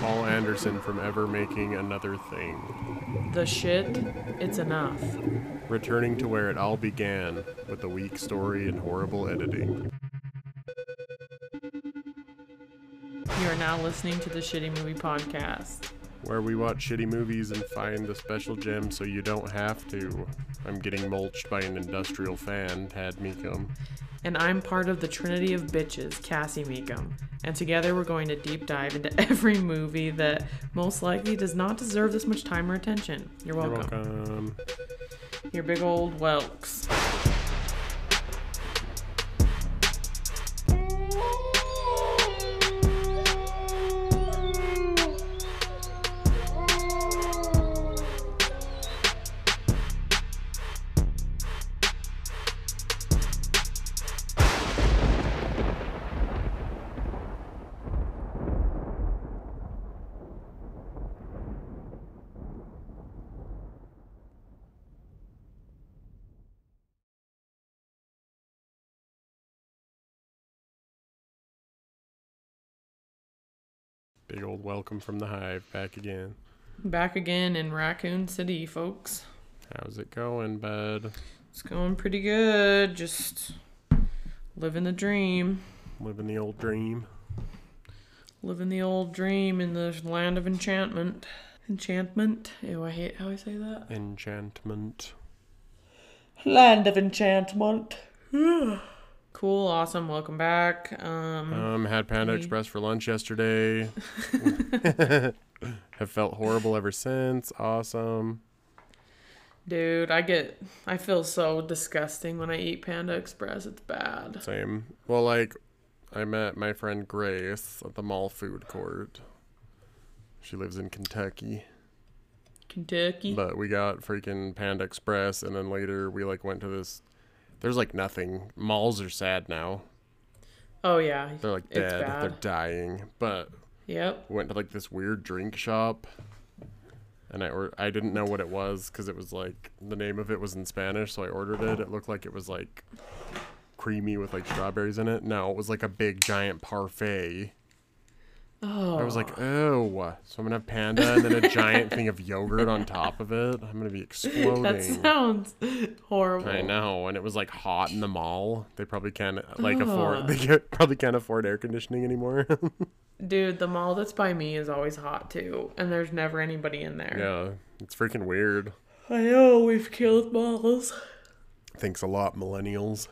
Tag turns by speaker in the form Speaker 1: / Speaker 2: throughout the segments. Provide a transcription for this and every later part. Speaker 1: Paul Anderson from ever making another thing,
Speaker 2: The shit, it's enough.
Speaker 1: returning to where it all began with a weak story and horrible editing.
Speaker 2: You are now listening to the Shitty Movie Podcast.
Speaker 1: Where we watch shitty movies and find the special gem so you don't have to. I'm getting mulched by an industrial fan, had me come.
Speaker 2: And I'm part of the Trinity of Bitches, Cassie Meekum. And together we're going to deep dive into every movie that most likely does not deserve this much time or attention. You're welcome.
Speaker 1: You're welcome.
Speaker 2: Your big old whelks.
Speaker 1: Big old welcome from the hive back again.
Speaker 2: Back again in Raccoon City, folks.
Speaker 1: How's it going, bud?
Speaker 2: It's going pretty good. Just living the dream.
Speaker 1: Living the old dream.
Speaker 2: Living the old dream in the land of enchantment. Enchantment? Ew, I hate how I say that.
Speaker 1: Enchantment.
Speaker 2: Land of enchantment. cool, awesome, welcome back. Um,
Speaker 1: Um, had Panda
Speaker 2: Hey.
Speaker 1: Express for lunch yesterday. Have felt horrible ever since. Awesome.
Speaker 2: dude, I get, I feel so disgusting when I eat Panda Express. It's bad.
Speaker 1: Same. Well, like, I met my friend Grace at the mall food court. She lives in Kentucky,
Speaker 2: Kentucky.
Speaker 1: but we got freaking Panda Express, and then later we like went to this. There's like nothing. Malls are sad now.
Speaker 2: Oh yeah,
Speaker 1: They're like
Speaker 2: It's
Speaker 1: dead.
Speaker 2: bad.
Speaker 1: They're dying. But
Speaker 2: yep.
Speaker 1: went to like this weird drink shop and I or- I didn't know what it was because it was like the name of it was in Spanish, so I ordered it. It looked like it was like creamy with like strawberries in it. No, it was like a big giant parfait.
Speaker 2: Oh,
Speaker 1: I was like, oh, so I'm gonna have panda and then a giant thing of yogurt on top of it. I'm gonna be
Speaker 2: that
Speaker 1: exploding.
Speaker 2: sounds horrible.
Speaker 1: I know, and it was like hot in the mall. They probably can't like afford.
Speaker 2: Ugh.
Speaker 1: They can't, probably can't afford air conditioning anymore.
Speaker 2: Dude, the mall that's by me is always hot too, and there's never anybody in there.
Speaker 1: yeah, it's freaking weird.
Speaker 2: I know we've killed malls.
Speaker 1: Thanks a lot, millennials.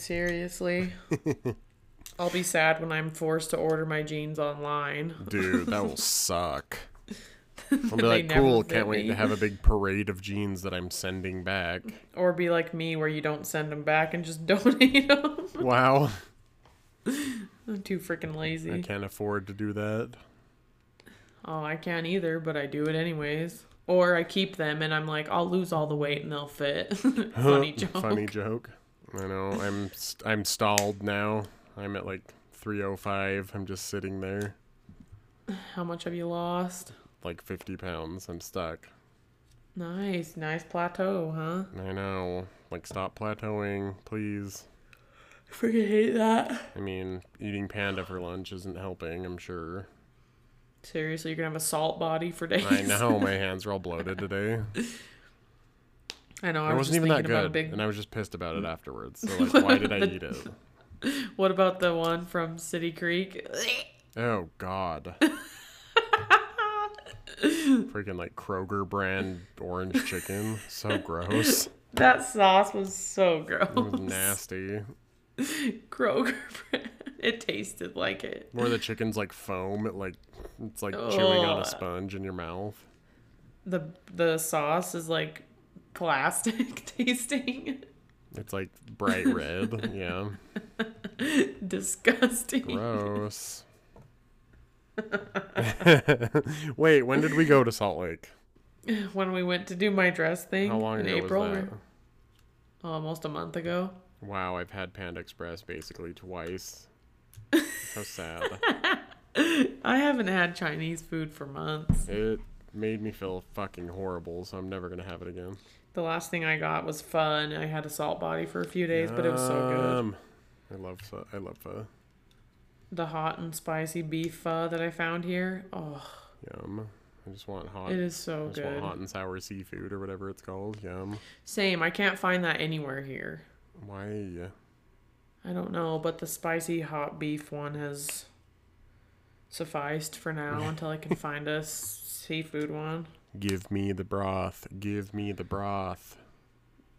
Speaker 2: seriously. I'll be sad when I'm forced to order my jeans online.
Speaker 1: Dude, that will suck. I'll be
Speaker 2: They
Speaker 1: like,
Speaker 2: never
Speaker 1: cool,
Speaker 2: fit
Speaker 1: can't wait
Speaker 2: me."
Speaker 1: to have a big parade of jeans that I'm sending back.
Speaker 2: Or be like me, where you don't send them back and just donate them.
Speaker 1: Wow.
Speaker 2: I'm too freaking
Speaker 1: I
Speaker 2: lazy.
Speaker 1: can't afford to do that.
Speaker 2: oh, I can't either, but I do it anyways. Or I keep them and I'm like, I'll lose all the weight and they'll fit. Funny joke.
Speaker 1: Funny joke. I know. I'm st- I'm stalled now. I'm at like 305. I'm just sitting there,
Speaker 2: How much have you lost?
Speaker 1: like 50 pounds. I'm stuck.
Speaker 2: Nice, nice plateau, huh?
Speaker 1: I know. Like, stop plateauing, please.
Speaker 2: Freaking hate that.
Speaker 1: I mean, eating panda for lunch isn't helping. I'm sure.
Speaker 2: Seriously, you're gonna have a salt body for days.
Speaker 1: I know. My hands are all bloated today.
Speaker 2: I know. I
Speaker 1: It wasn't
Speaker 2: was just
Speaker 1: even that
Speaker 2: thinking about
Speaker 1: good,
Speaker 2: big
Speaker 1: and I was just pissed about it afterwards. So like, why did I
Speaker 2: The-
Speaker 1: eat it?
Speaker 2: What about the one from City Creek?
Speaker 1: Oh God! Freaking like Kroger brand orange chicken, so gross,
Speaker 2: that sauce was so
Speaker 1: It was
Speaker 2: gross.
Speaker 1: nasty.
Speaker 2: Kroger brand. It tasted like it.
Speaker 1: Where the chicken's like foam, it like it's like chewing on a
Speaker 2: Ugh.
Speaker 1: sponge in your mouth.
Speaker 2: The the sauce is like plastic tasting.
Speaker 1: It's like bright red. yeah,
Speaker 2: Disgusting.
Speaker 1: gross. Wait, when did we go to Salt Lake?
Speaker 2: when we went to do my dress thing
Speaker 1: How long
Speaker 2: in
Speaker 1: ago
Speaker 2: April,
Speaker 1: was
Speaker 2: or- almost a month ago.
Speaker 1: that? Wow, I've had Panda Express basically twice. How sad.
Speaker 2: I haven't had Chinese food for months.
Speaker 1: it made me feel fucking horrible, so I'm never gonna have it again.
Speaker 2: The last thing I got was fun. I had a salt body for a few days, but it was so good.
Speaker 1: good. Um, I love pho- I love pho.
Speaker 2: The hot and spicy beef pho that I found here. Oh,
Speaker 1: Yum. I just want hot.
Speaker 2: it is
Speaker 1: I
Speaker 2: so
Speaker 1: just want
Speaker 2: good.
Speaker 1: hot and sour seafood or whatever it's called. Yum.
Speaker 2: Same. I can't find that anywhere here.
Speaker 1: Why?
Speaker 2: I don't know, but the spicy hot beef one has sufficed for now until I can find a s- seafood one.
Speaker 1: Give me the broth. Give me the broth.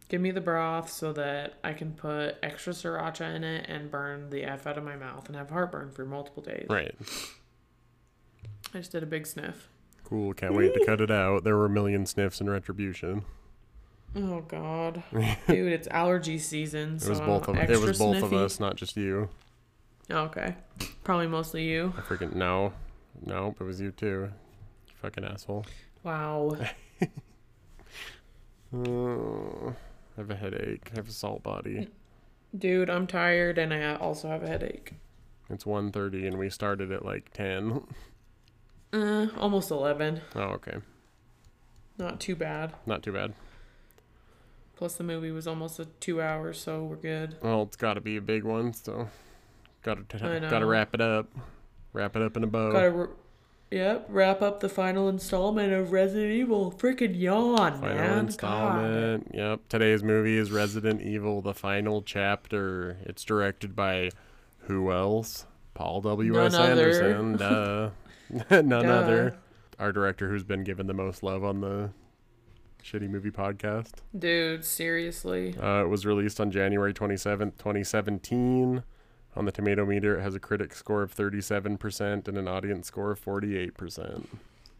Speaker 2: Give me the broth so that I can put extra sriracha in it and burn the F out of my mouth and have heartburn for multiple days.
Speaker 1: Right.
Speaker 2: I just did a big sniff.
Speaker 1: Cool. Can't wait to cut it out. There were a million sniffs in retribution.
Speaker 2: Oh God, dude, it's allergy season. So
Speaker 1: It was both of it was both of us, not just you.
Speaker 2: Okay, probably mostly you.
Speaker 1: I freaking no, nope. It was you too. You fucking asshole.
Speaker 2: Wow.
Speaker 1: Oh, I have a headache. I have a salt body.
Speaker 2: Dude, I'm tired and I also have a headache.
Speaker 1: It's 1.30 and we started at like 10.
Speaker 2: Uh, almost 11.
Speaker 1: Oh, okay.
Speaker 2: Not too bad.
Speaker 1: Not too bad.
Speaker 2: Plus, the movie was almost a two hours, so we're good.
Speaker 1: Well, it's got to be a big one, so got to
Speaker 2: I
Speaker 1: got to
Speaker 2: know.
Speaker 1: wrap it up. Wrap it up in a bow.
Speaker 2: Gotta, r yep, wrap up the final installment of Resident Evil. Freaking
Speaker 1: Final
Speaker 2: yawn, man. God.
Speaker 1: installment. Yep. Today's movie is Resident Evil: The Final Chapter. It's directed by who else? Paul W. S.
Speaker 2: None other.
Speaker 1: Anderson. Duh. None
Speaker 2: Duh.
Speaker 1: other. Our director, who's been given the most love on the shitty movie podcast.
Speaker 2: Dude, seriously.
Speaker 1: Uh, it was released on January 27th, 2017. On the tomato meter, it has a critic score of 37% and an audience score of 48%.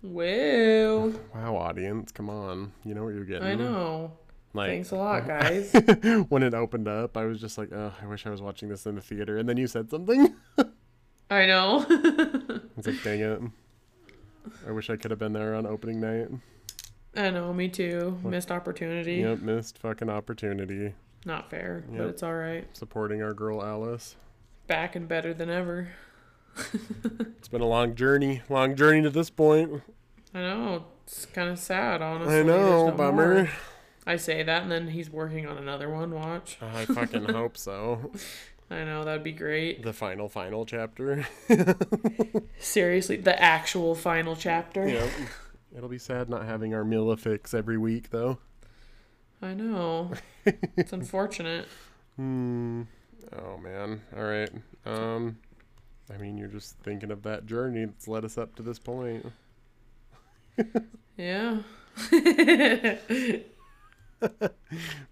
Speaker 2: Well,
Speaker 1: Wow, audience, come on. You know what you're getting.
Speaker 2: I know.
Speaker 1: Like,
Speaker 2: Thanks a lot, guys.
Speaker 1: when it opened up, I was just like, oh, I wish I was watching this in the theater. And then you said something.
Speaker 2: I know.
Speaker 1: It's like, dang it. I wish I could have been there on opening night.
Speaker 2: I know, me too. Missed opportunity.
Speaker 1: Yep, missed fucking opportunity.
Speaker 2: Not fair,
Speaker 1: Yep.
Speaker 2: but it's all right.
Speaker 1: Supporting our girl Alice.
Speaker 2: Back and better than ever.
Speaker 1: It's been a long journey. Long journey to this point.
Speaker 2: I know. It's kind of sad, honestly.
Speaker 1: I
Speaker 2: There's
Speaker 1: know,
Speaker 2: no
Speaker 1: bummer.
Speaker 2: more. I say that, and then he's working on another one. Watch.
Speaker 1: I fucking hope so.
Speaker 2: I know that'd be great.
Speaker 1: The final, final chapter.
Speaker 2: Seriously, the actual final chapter.
Speaker 1: yep. It'll be sad not having our Mila fix every week, though.
Speaker 2: I know. it's unfortunate.
Speaker 1: Hmm. Oh, man. All right. Um, I mean, you're just thinking of that journey that's led us up to this point.
Speaker 2: Yeah.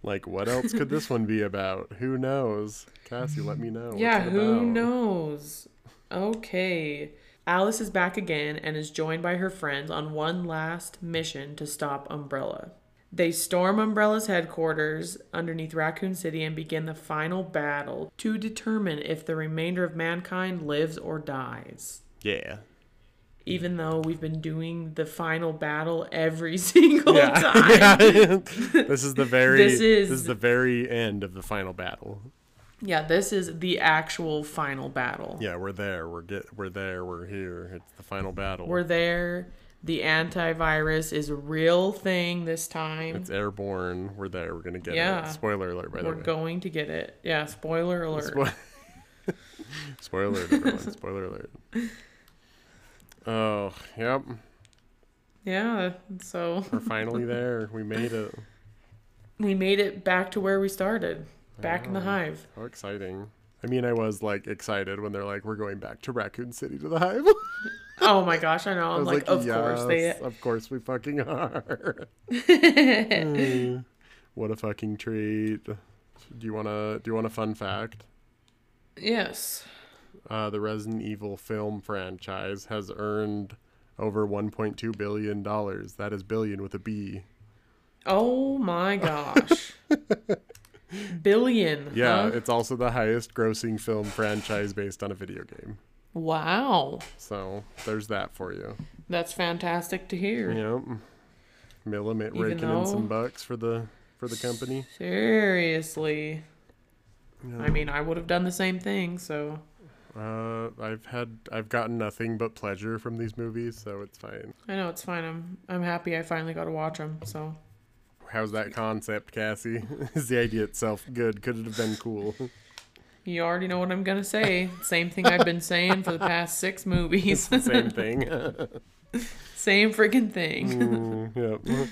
Speaker 1: Like, what else could this one be about? Who knows? Cassie, let me know. What's
Speaker 2: yeah.
Speaker 1: it
Speaker 2: Who
Speaker 1: about?
Speaker 2: knows? Okay. Alice is back again and is joined by her friends on one last mission to stop Umbrella. They storm Umbrella's headquarters underneath Raccoon City and begin the final battle to determine if the remainder of mankind lives or dies.
Speaker 1: Yeah.
Speaker 2: Even though we've been doing the final battle every single
Speaker 1: Yeah.
Speaker 2: time.
Speaker 1: this is the very.
Speaker 2: This is-
Speaker 1: this is the very end of the final battle.
Speaker 2: Yeah, this is the actual final battle.
Speaker 1: Yeah, we're there. We're get. We're there. We're here. It's the final battle.
Speaker 2: We're there. The antivirus is a real thing this time.
Speaker 1: It's airborne. We're there. We're gonna get
Speaker 2: Yeah.
Speaker 1: it. Spoiler alert, by the
Speaker 2: We're
Speaker 1: way.
Speaker 2: going to get it. Yeah, spoiler alert.
Speaker 1: Spo- Spoiler alert, everyone. Spoiler alert. Oh, yep.
Speaker 2: yeah, so
Speaker 1: We're finally there. We made it.
Speaker 2: we made it back to where we started. Back in the
Speaker 1: Wow.
Speaker 2: hive.
Speaker 1: How exciting. I mean, I was like excited when they're like, we're going back to Raccoon City to the hive.
Speaker 2: Oh my gosh, I know.
Speaker 1: I
Speaker 2: I'm
Speaker 1: was
Speaker 2: like, of course
Speaker 1: "Yes,
Speaker 2: they
Speaker 1: Of course we fucking are. Mm. what a fucking treat. Do you wanna do you want a fun fact?
Speaker 2: Yes.
Speaker 1: uh, the Resident Evil film franchise has earned over 1.2 billion dollars. That is billion with a B.
Speaker 2: Oh my gosh. Billion.
Speaker 1: Yeah,
Speaker 2: huh?
Speaker 1: it's also the highest-grossing film franchise based on a video game.
Speaker 2: Wow.
Speaker 1: So there's that for you.
Speaker 2: That's fantastic to hear.
Speaker 1: Yep. Milla ma-
Speaker 2: Even
Speaker 1: raking in some
Speaker 2: though-
Speaker 1: bucks for the for the company.
Speaker 2: Seriously.
Speaker 1: Yeah.
Speaker 2: I mean, I would have done the same thing, so
Speaker 1: Uh, I've had I've gotten nothing but pleasure from these movies, so it's fine.
Speaker 2: I know it's fine. I'm I'm happy I finally got to watch them. So
Speaker 1: How's that concept, Cassie? Is the idea itself good? Could it have been cool?
Speaker 2: you already know what I'm gonna say. Same thing I've been saying for the past six movies.
Speaker 1: Same thing.
Speaker 2: Same freaking thing.
Speaker 1: Mm, yep.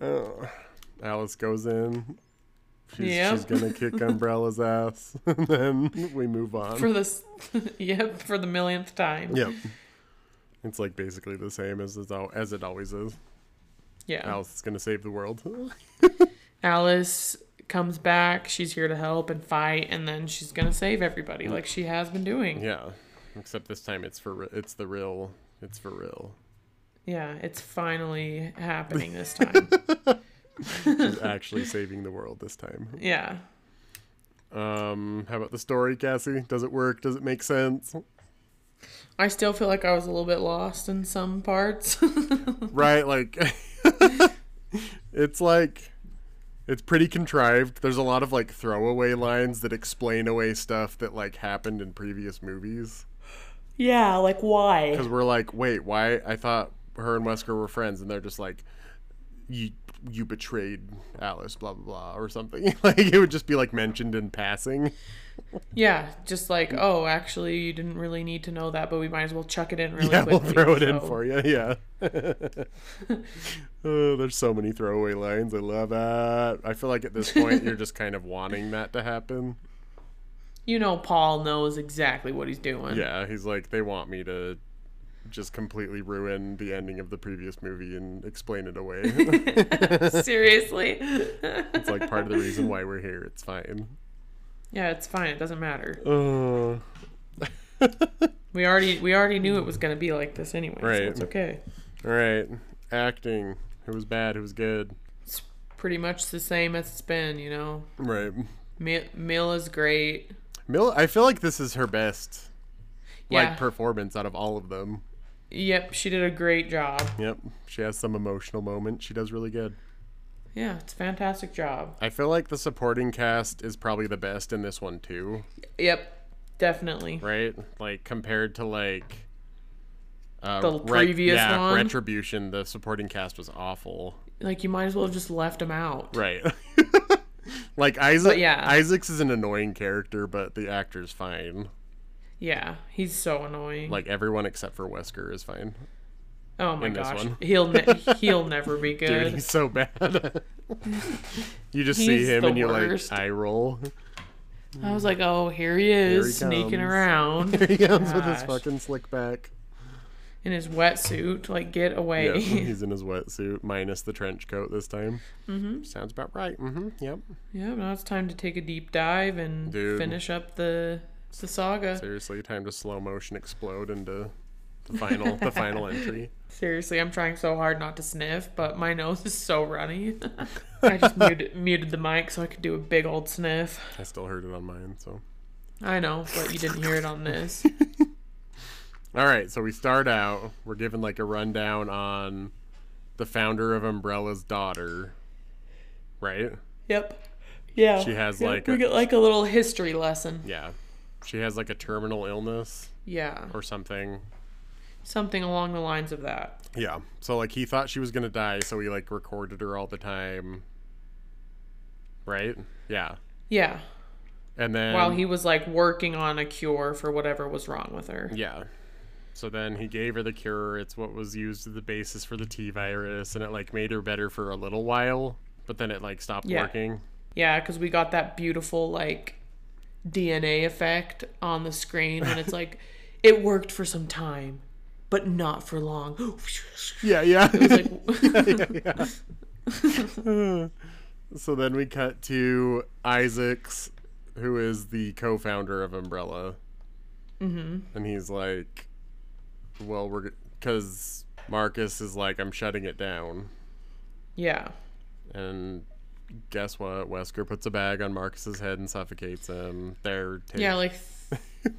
Speaker 1: Oh. Alice goes in. She's,
Speaker 2: Uh, Yep.
Speaker 1: she's gonna kick Umbrella's ass, and then we move on.
Speaker 2: For this, yep, for the millionth time.
Speaker 1: yep. It's like basically the same as as, al- as it always is.
Speaker 2: Yeah.
Speaker 1: Alice is gonna save the world.
Speaker 2: Alice comes back. She's here to help and fight, and then she's gonna save everybody, like she has been doing.
Speaker 1: yeah, except this time it's for re- it's the real. It's for real.
Speaker 2: Yeah, it's finally happening this time.
Speaker 1: She's actually saving the world this time.
Speaker 2: yeah.
Speaker 1: Um, how about the story, Cassie? Does it work? Does it make sense?
Speaker 2: I still feel like I was a little bit lost in some parts.
Speaker 1: right? Like, it's like, it's pretty contrived. There's a lot of like throwaway lines that explain away stuff that like happened in previous movies.
Speaker 2: yeah, like why?
Speaker 1: Because we're like, wait, why? I thought her and Wesker were friends, and they're just like, you you betrayed Alice, blah blah blah, or something. like it would just be like mentioned in passing.
Speaker 2: Yeah, just like, oh, actually, you didn't really need to know that, but we might as well chuck it in really
Speaker 1: yeah,
Speaker 2: quickly.
Speaker 1: we'll throw it in
Speaker 2: so-
Speaker 1: for you. Yeah. oh, there's so many throwaway lines. I love it. I feel like at this point you're just kind of wanting that to happen.
Speaker 2: You know, Paul knows exactly what he's doing.
Speaker 1: Yeah, he's like, they want me to just completely ruin the ending of the previous movie and explain it away. it's
Speaker 2: Seriously.
Speaker 1: like part of the reason why we're here. It's fine.
Speaker 2: yeah, it's fine. It doesn't matter.
Speaker 1: Uh,
Speaker 2: Oh. We already we already knew it was gonna be like this anyway.
Speaker 1: Right.
Speaker 2: So it's okay.
Speaker 1: all right. Acting. Who was bad? Who was good?
Speaker 2: It's pretty much the same as it's been. You know,
Speaker 1: Right.
Speaker 2: Mi- Mill is great.
Speaker 1: Mill. I feel like this is her best
Speaker 2: Yeah.
Speaker 1: like performance out of all of them.
Speaker 2: yep, she did a great job.
Speaker 1: Yep. She has some emotional moments. She does really good.
Speaker 2: Yeah, it's a fantastic job.
Speaker 1: I feel like the supporting cast is probably the best in this one too,
Speaker 2: Yep, definitely.
Speaker 1: right? Like compared to like uh,
Speaker 2: The previous
Speaker 1: yeah,
Speaker 2: one?
Speaker 1: Retribution. The supporting cast was awful,
Speaker 2: Like you might as well have just left him out.
Speaker 1: right? like Isaac.
Speaker 2: yeah.
Speaker 1: Isaac's is an annoying character, but the actor's fine.
Speaker 2: Yeah, he's so annoying.
Speaker 1: Like everyone except for Wesker is fine.
Speaker 2: oh my
Speaker 1: in this
Speaker 2: gosh,
Speaker 1: one.
Speaker 2: he'll ne- he'll never be
Speaker 1: Dude,
Speaker 2: good.
Speaker 1: he's so bad. you just see
Speaker 2: He's
Speaker 1: him
Speaker 2: the
Speaker 1: and you're
Speaker 2: worst.
Speaker 1: like, I roll.
Speaker 2: I was like, oh, here he is
Speaker 1: he
Speaker 2: sneaking
Speaker 1: comes.
Speaker 2: around
Speaker 1: Here he comes with his
Speaker 2: Gosh.
Speaker 1: fucking slick back.
Speaker 2: in his wetsuit. Like, get
Speaker 1: Yeah,
Speaker 2: away.
Speaker 1: he's in his wetsuit minus the trench coat this time. Mm-hmm. Sounds about right. Mm-hmm. Yep.
Speaker 2: Yeah, now it's time to take a deep dive and
Speaker 1: Dude.
Speaker 2: finish up the the saga.
Speaker 1: Seriously, time to slow motion explode into the final the final entry.
Speaker 2: Seriously, I'm trying so hard not to sniff, but my nose is so runny. I just muted, muted the mic so I could do a big old sniff.
Speaker 1: I still heard it on mine. So,
Speaker 2: I know, but you didn't hear it on this.
Speaker 1: all right. So we start out. We're given like a rundown on the founder of Umbrella's daughter, right?
Speaker 2: Yep. Yeah.
Speaker 1: She has,
Speaker 2: Yep,
Speaker 1: like,
Speaker 2: we
Speaker 1: a-
Speaker 2: get like a little history lesson.
Speaker 1: Yeah. She has like a terminal illness
Speaker 2: Yeah.
Speaker 1: or something.
Speaker 2: Something along the lines of that.
Speaker 1: Yeah. So like he thought she was gonna die, so he like recorded her all the time. Right? Yeah.
Speaker 2: Yeah.
Speaker 1: And then
Speaker 2: While he was like working on a cure for whatever was wrong with her.
Speaker 1: Yeah. So then he gave her the cure. It's what was used as the basis for the T virus, and it like made her better for a little while, but then it like stopped
Speaker 2: Yeah.
Speaker 1: working.
Speaker 2: Yeah, because we got that beautiful like DNA effect on the screen when it's like it worked for some time, but not for long.
Speaker 1: Yeah, yeah.
Speaker 2: It's like
Speaker 1: so then we cut to Isaac's, who is the co-founder of Umbrella, mm-hmm. and he's like, "Well, we're because Marcus is like, I'm shutting it down."
Speaker 2: yeah,
Speaker 1: And guess what? Wesker puts a bag on Marcus's head and suffocates him. They're
Speaker 2: yeah, like th-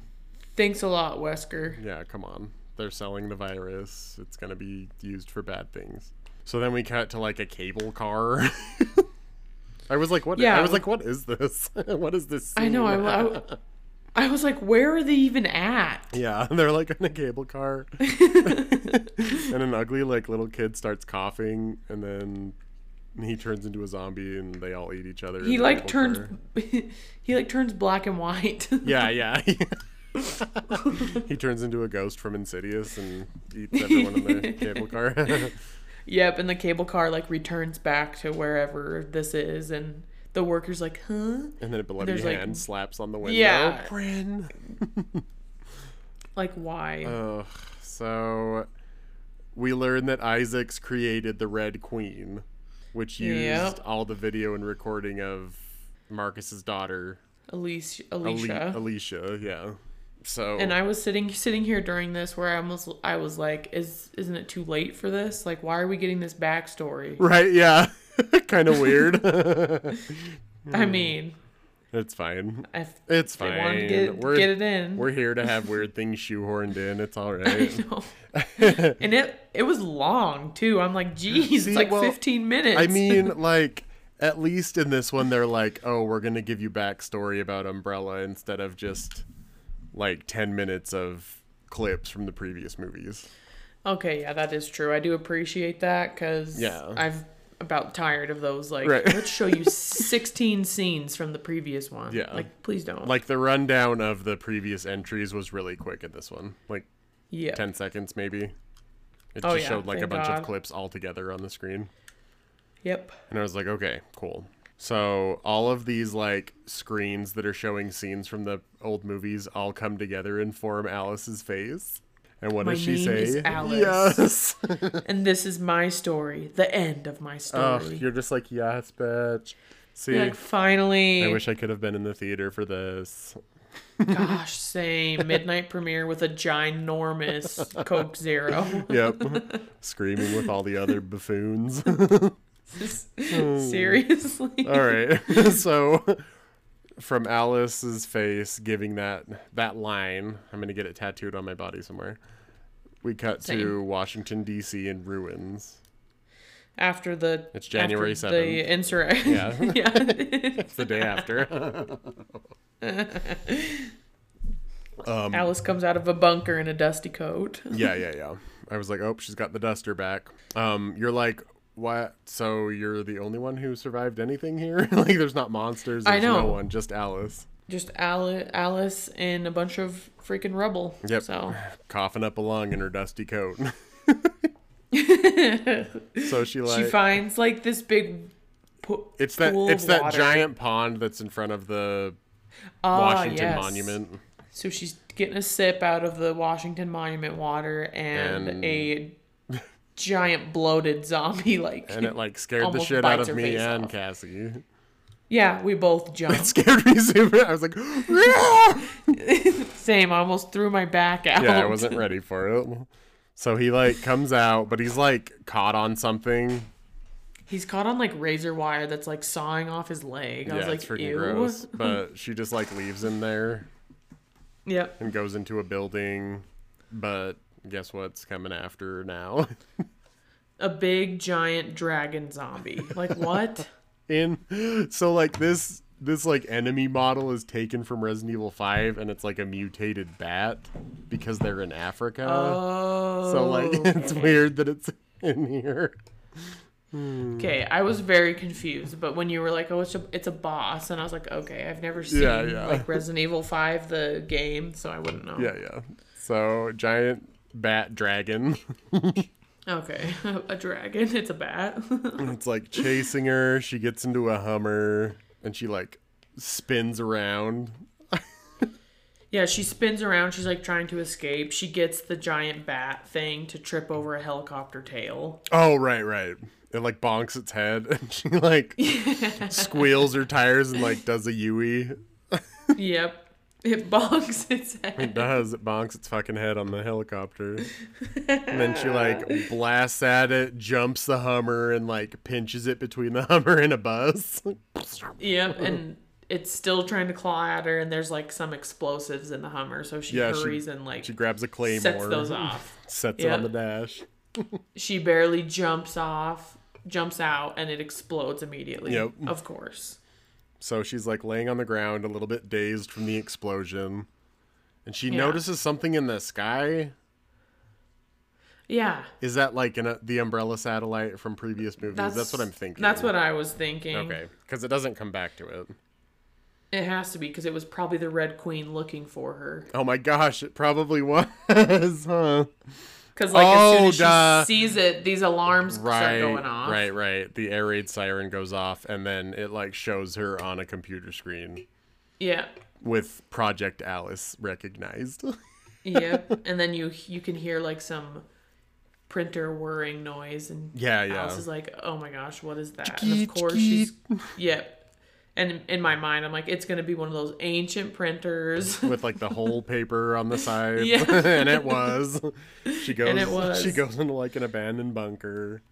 Speaker 2: thanks a lot, Wesker.
Speaker 1: yeah, come on. They're selling the virus. It's gonna be used for bad things. So then we cut to like a cable car. I was like, what?
Speaker 2: Yeah,
Speaker 1: I was
Speaker 2: it
Speaker 1: like, what is this? what is this?
Speaker 2: I know. I,
Speaker 1: scene?
Speaker 2: I, I was like, where are they even at?
Speaker 1: Yeah, they're like in a cable car, and an ugly like little kid starts coughing, and then he turns into a zombie, and they all eat each other. in
Speaker 2: He
Speaker 1: the
Speaker 2: like
Speaker 1: cable
Speaker 2: turns.
Speaker 1: car.
Speaker 2: he like turns black and white.
Speaker 1: Yeah, yeah. he turns into a ghost from Insidious and eats everyone in the cable car.
Speaker 2: Yep, and the cable car like returns back to wherever this is, and the worker's like, huh?
Speaker 1: and then a bloody
Speaker 2: There's, like-
Speaker 1: hand slaps on the window.
Speaker 2: Yeah.
Speaker 1: Bryn.
Speaker 2: Like, why?
Speaker 1: Ugh, so we learn that Isaacs created the Red Queen, which used
Speaker 2: Yep.
Speaker 1: all the video and recording of Marcus's daughter,
Speaker 2: Alicia,
Speaker 1: Ali-
Speaker 2: Alicia.
Speaker 1: Alicia. Yeah. So
Speaker 2: and I was sitting sitting here during this where I almost I was like, is isn't it too late for this? Like, why are we getting this backstory?
Speaker 1: right, yeah, kind of weird.
Speaker 2: I mean,
Speaker 1: it's fine.
Speaker 2: if
Speaker 1: It's
Speaker 2: they
Speaker 1: fine.
Speaker 2: wanted to get,
Speaker 1: we're,
Speaker 2: get it in,
Speaker 1: we're here to have weird things shoehorned in. It's all
Speaker 2: I
Speaker 1: right.
Speaker 2: know. and it it was long too. I'm like, geez,
Speaker 1: See,
Speaker 2: it's like
Speaker 1: well,
Speaker 2: 15 minutes.
Speaker 1: I mean, like, at least in this one, they're like, oh, we're going to give you backstory about Umbrella instead of just like 10 minutes of clips from the previous movies.
Speaker 2: Okay, yeah, that is true. I do appreciate that because
Speaker 1: Yeah.
Speaker 2: I've about tired of those. Like,
Speaker 1: Right.
Speaker 2: let's show you 16 scenes from the previous one.
Speaker 1: Yeah.
Speaker 2: Like, please don't.
Speaker 1: Like, the rundown of the previous entries was really quick in this one, like
Speaker 2: yeah.
Speaker 1: 10 seconds maybe. It
Speaker 2: Oh,
Speaker 1: just
Speaker 2: yeah,
Speaker 1: showed like a
Speaker 2: thank
Speaker 1: bunch of
Speaker 2: God.
Speaker 1: clips all together on the screen.
Speaker 2: Yep.
Speaker 1: And I was like, okay, cool. So all of these like screens that are showing scenes from the old movies all come together and form Alice's face. And what
Speaker 2: My
Speaker 1: does she
Speaker 2: name
Speaker 1: say?
Speaker 2: is Alice.
Speaker 1: Yes.
Speaker 2: And this is my story, the end of my
Speaker 1: Ugh,
Speaker 2: story.
Speaker 1: you're just like, yes, bitch. See,
Speaker 2: like, finally.
Speaker 1: I wish I could have been in the theater for this.
Speaker 2: Gosh, same. Midnight premiere with a ginormous Coke Zero.
Speaker 1: Yep. Screaming with all the other buffoons.
Speaker 2: Seriously.
Speaker 1: All right. so from Alice's face giving that that line, I'm going to get it tattooed on my body somewhere. We cut to
Speaker 2: Same.
Speaker 1: Washington D.C. in ruins.
Speaker 2: After the.
Speaker 1: It's January
Speaker 2: after
Speaker 1: 7th.
Speaker 2: The insurrection.
Speaker 1: Yeah.
Speaker 2: yeah.
Speaker 1: It's the day after. Um,
Speaker 2: Alice comes out of a bunker in a dusty coat.
Speaker 1: yeah, yeah, yeah. I was like, "Oh, she's got the duster back." Um, you're like, "What? So you're the only one who survived anything here? like there's not monsters,
Speaker 2: I
Speaker 1: there's no
Speaker 2: know.
Speaker 1: one, just Alice."
Speaker 2: Just Ali- Alice and a bunch of freaking rubble.
Speaker 1: Yep.
Speaker 2: So
Speaker 1: Coughing up a lung in her dusty coat. so she like
Speaker 2: she finds like this big. Po-
Speaker 1: It's that
Speaker 2: pool of
Speaker 1: it's that
Speaker 2: water.
Speaker 1: giant pond that's in front of the
Speaker 2: Ah,
Speaker 1: Washington
Speaker 2: yes.
Speaker 1: Monument.
Speaker 2: So she's getting a sip out of the Washington Monument water, and,
Speaker 1: And-
Speaker 2: a giant bloated zombie like.
Speaker 1: And it like scared the
Speaker 2: Almost
Speaker 1: shit out
Speaker 2: bites
Speaker 1: of
Speaker 2: her
Speaker 1: me
Speaker 2: face
Speaker 1: and
Speaker 2: off.
Speaker 1: Cassie.
Speaker 2: yeah, we both
Speaker 1: It
Speaker 2: jumped.
Speaker 1: scared me super. I was like, yeah,
Speaker 2: Same. I almost threw my back out.
Speaker 1: I wasn't ready for it. So he like comes out, but he's like caught on something.
Speaker 2: He's caught on like razor wire that's like sawing off his leg. I
Speaker 1: yeah,
Speaker 2: was
Speaker 1: it's
Speaker 2: like,
Speaker 1: freaking
Speaker 2: ew.
Speaker 1: gross. But she just like leaves him there
Speaker 2: Yep.
Speaker 1: and goes into a building. But guess what's coming after now?
Speaker 2: a big giant dragon zombie. Like what?
Speaker 1: in so like this this like enemy model is taken from Resident Evil 5 and it's like a mutated bat because they're in Africa.
Speaker 2: oh.
Speaker 1: so like it's weird that it's in here.
Speaker 2: okay, I was very confused, but when you were like, "Oh, it's a it's a boss," and I was like, "Okay, I've never seen
Speaker 1: Yeah, yeah.
Speaker 2: like Resident Evil Five, the game, so I wouldn't know."
Speaker 1: Yeah, yeah. So giant bat dragon.
Speaker 2: Okay, a dragon. It's a bat.
Speaker 1: it's like chasing her. She gets into a Hummer and she like spins around.
Speaker 2: yeah, she spins around. She's like trying to escape. She gets the giant bat thing to trip over a helicopter tail.
Speaker 1: Oh, right, right. It like bonks its head and she like squeals her tires and like does a E. Yui.
Speaker 2: yep. It bonks its head.
Speaker 1: It does. It bonks its fucking head on the helicopter. and then she like blasts at it, jumps the Hummer, and like pinches it between the Hummer and a bus.
Speaker 2: Yep, and it's still trying to claw at her, and there's like some explosives in the Hummer, so she
Speaker 1: Yeah, she-
Speaker 2: hurries and like
Speaker 1: She grabs a claymore,
Speaker 2: sets those off.
Speaker 1: sets it
Speaker 2: Yeah.
Speaker 1: on the dash.
Speaker 2: she barely jumps off, jumps out, and it explodes immediately.
Speaker 1: Yep.
Speaker 2: Of course.
Speaker 1: So she's like laying on the ground, a little bit dazed from the explosion. And she
Speaker 2: Yeah.
Speaker 1: notices something in the sky.
Speaker 2: Yeah.
Speaker 1: Is that like an, the umbrella satellite from previous movies? That's, what I'm thinking.
Speaker 2: That's what I was thinking.
Speaker 1: Okay, because it doesn't come back to it.
Speaker 2: It has to be because it was probably the Red Queen looking for her.
Speaker 1: Oh my gosh, it probably was, huh?
Speaker 2: Because like as soon
Speaker 1: Oh,
Speaker 2: as she
Speaker 1: duh.
Speaker 2: sees it, these alarms
Speaker 1: Right,
Speaker 2: start going off.
Speaker 1: right, right. The air raid siren goes off, and then it like shows her on a computer screen
Speaker 2: Yeah.
Speaker 1: with Project Alice recognized.
Speaker 2: Yep. and then you you can hear like some printer whirring noise and
Speaker 1: yeah, yeah.
Speaker 2: Alice is like, oh my gosh, what is that? And of course she's yep. And in my mind, I'm like, it's gonna be one of those ancient printers.
Speaker 1: with like the whole paper on the side,
Speaker 2: Yeah.
Speaker 1: and it was. She goes.
Speaker 2: And it was.
Speaker 1: She goes into like an abandoned bunker,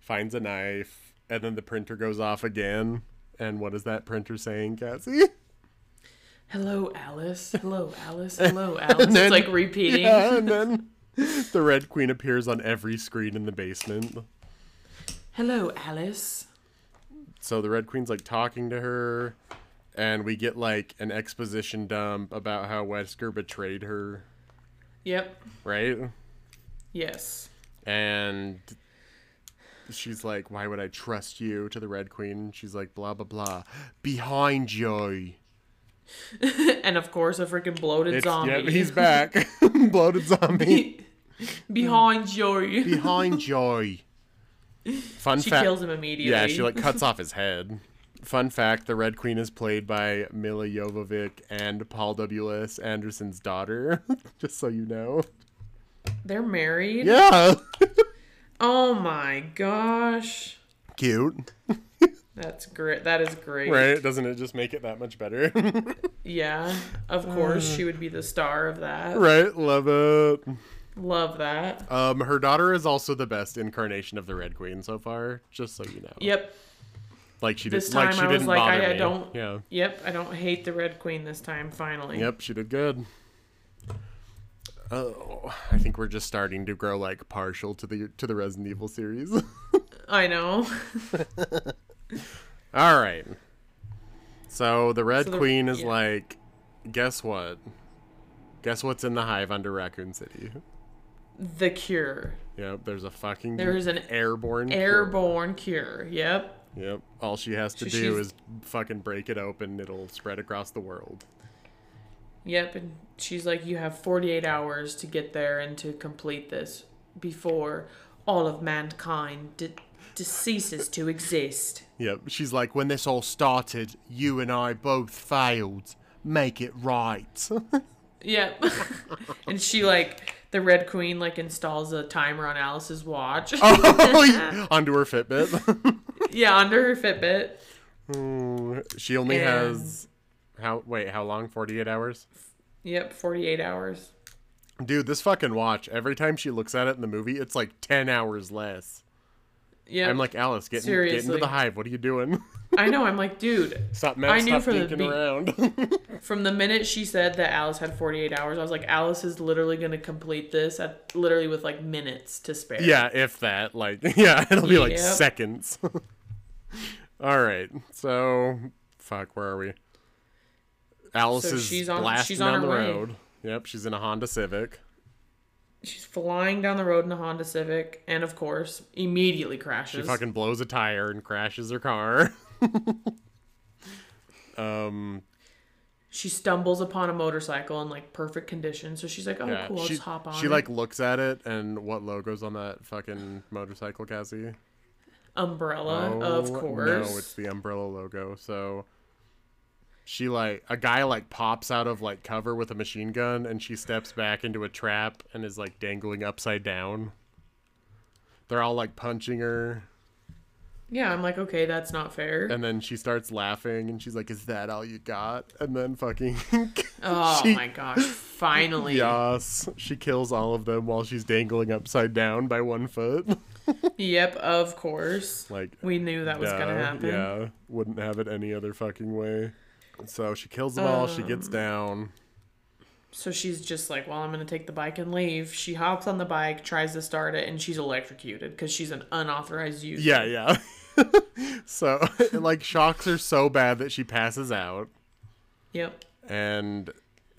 Speaker 1: finds a knife, and then the printer goes off again. And what is that printer saying, Cassie?
Speaker 2: Hello, Alice. Hello, Alice. Hello, Alice.
Speaker 1: then-
Speaker 2: it's like repeating.
Speaker 1: Yeah, and then the Red Queen appears on every screen in the basement.
Speaker 2: Hello, Alice.
Speaker 1: So the Red Queen's like talking to her, and we get like an exposition dump about how Wesker betrayed her,
Speaker 2: Yep.
Speaker 1: right?
Speaker 2: Yes.
Speaker 1: and she's like, "Why would I trust you?" To the Red Queen, she's like, "Blah blah blah, behind you."
Speaker 2: and of course, a freaking bloated
Speaker 1: It's,
Speaker 2: zombie.
Speaker 1: yep, he's back, bloated zombie
Speaker 2: behind Jory.
Speaker 1: behind you. Fun
Speaker 2: She
Speaker 1: fact,
Speaker 2: kills him immediately.
Speaker 1: yeah, she like cuts off his head. Fun fact: the Red Queen is played by Mila Jovovich and Paul W. S. Anderson's daughter. Just so you know,
Speaker 2: They're married.
Speaker 1: yeah,
Speaker 2: Oh my gosh.
Speaker 1: cute,
Speaker 2: That's great. That is great.
Speaker 1: right? Doesn't it just make it that much better?
Speaker 2: Yeah. Of course, she would be the star of that.
Speaker 1: right, love it.
Speaker 2: Love that.
Speaker 1: Um, her daughter is also the best incarnation of the Red Queen so far. Just so you know,
Speaker 2: Yep.
Speaker 1: like she did.
Speaker 2: This
Speaker 1: like
Speaker 2: time
Speaker 1: she
Speaker 2: I was
Speaker 1: didn't
Speaker 2: like,
Speaker 1: bother
Speaker 2: I- I
Speaker 1: me.
Speaker 2: don't-
Speaker 1: Yeah.
Speaker 2: Yep. I don't hate the Red Queen this time. Finally.
Speaker 1: Yep, she did good. Oh, I think we're just starting to grow like partial to the to the Resident Evil series.
Speaker 2: I know.
Speaker 1: All right. So the Red
Speaker 2: So the-
Speaker 1: Queen is
Speaker 2: yeah.
Speaker 1: like, guess what? Guess what's in the hive under Raccoon City?
Speaker 2: the cure.
Speaker 1: Yep, there's a fucking
Speaker 2: There is an
Speaker 1: airborne cure.
Speaker 2: Airborne cure. Yep.
Speaker 1: Yep. All she has to
Speaker 2: So
Speaker 1: do
Speaker 2: she's-
Speaker 1: is fucking break it open. It'll spread across the world.
Speaker 2: Yep, and she's like, You have 48 hours to get there and to complete this before all of mankind de- de- ceases to exist.
Speaker 1: Yep. She's like, when this all started, you and I both failed. Make it right.
Speaker 2: Yep. and she, like, the Red Queen, like, installs a timer on Alice's watch.
Speaker 1: Oh. Onto her Fitbit.
Speaker 2: yeah, under her Fitbit.
Speaker 1: she only
Speaker 2: And-
Speaker 1: has how wait, how long? 48 hours?
Speaker 2: Yep, 48 hours.
Speaker 1: Dude, this fucking watch, every time she looks at it in the movie, it's like 10 hours less.
Speaker 2: Yep.
Speaker 1: I'm like, Alice, get, in, get into
Speaker 2: Seriously.
Speaker 1: the hive. What are you doing?
Speaker 2: I know, I'm like, dude,
Speaker 1: stop
Speaker 2: I
Speaker 1: messing
Speaker 2: knew
Speaker 1: stop
Speaker 2: from the
Speaker 1: thinking
Speaker 2: be-
Speaker 1: around.
Speaker 2: from the minute she said that Alice had 48 hours, I was like, Alice is literally going to complete this at literally with, like, minutes to spare.
Speaker 1: yeah, if that. Like, yeah, it'll be like
Speaker 2: Yep.
Speaker 1: seconds. All right. So, fuck, where are we? Alice
Speaker 2: So
Speaker 1: is
Speaker 2: she's on-
Speaker 1: blasting
Speaker 2: she's on
Speaker 1: down
Speaker 2: her
Speaker 1: the
Speaker 2: way.
Speaker 1: road. Yep, she's in a Honda Civic.
Speaker 2: She's flying down the road in a Honda Civic, and of course, immediately
Speaker 1: She
Speaker 2: crashes.
Speaker 1: fucking blows a tire and crashes her car.
Speaker 2: She stumbles upon a motorcycle in like perfect condition, so she's like, "Oh,
Speaker 1: Yeah,
Speaker 2: cool,
Speaker 1: she,
Speaker 2: let's hop on."
Speaker 1: she
Speaker 2: it."
Speaker 1: like looks at it and what logo's on that fucking motorcycle, Cassie?
Speaker 2: umbrella, of course.
Speaker 1: oh, No, it's the umbrella logo. So she like a guy like pops out of like cover with a machine gun and she steps back into a trap and is like dangling upside down. They're all like punching her
Speaker 2: yeah, I'm like, okay, that's not fair.
Speaker 1: and then she starts laughing and she's like, Is that all you got? And then fucking
Speaker 2: oh
Speaker 1: she-
Speaker 2: my gosh! Finally,
Speaker 1: Yas. She kills all of them while she's dangling upside down by one foot.
Speaker 2: yep, of course.
Speaker 1: like
Speaker 2: We knew that was gonna
Speaker 1: Duh,
Speaker 2: happen.
Speaker 1: Yeah, wouldn't
Speaker 2: Um.
Speaker 1: have it any other fucking way. So she kills them all. She gets down.
Speaker 2: So she's just like, well, I'm going to take the bike and leave. She hops on the bike, tries to start it, and she's electrocuted because she's an unauthorized user.
Speaker 1: Yeah, yeah. so, like, shocks are so bad that she passes out,
Speaker 2: Yep.
Speaker 1: and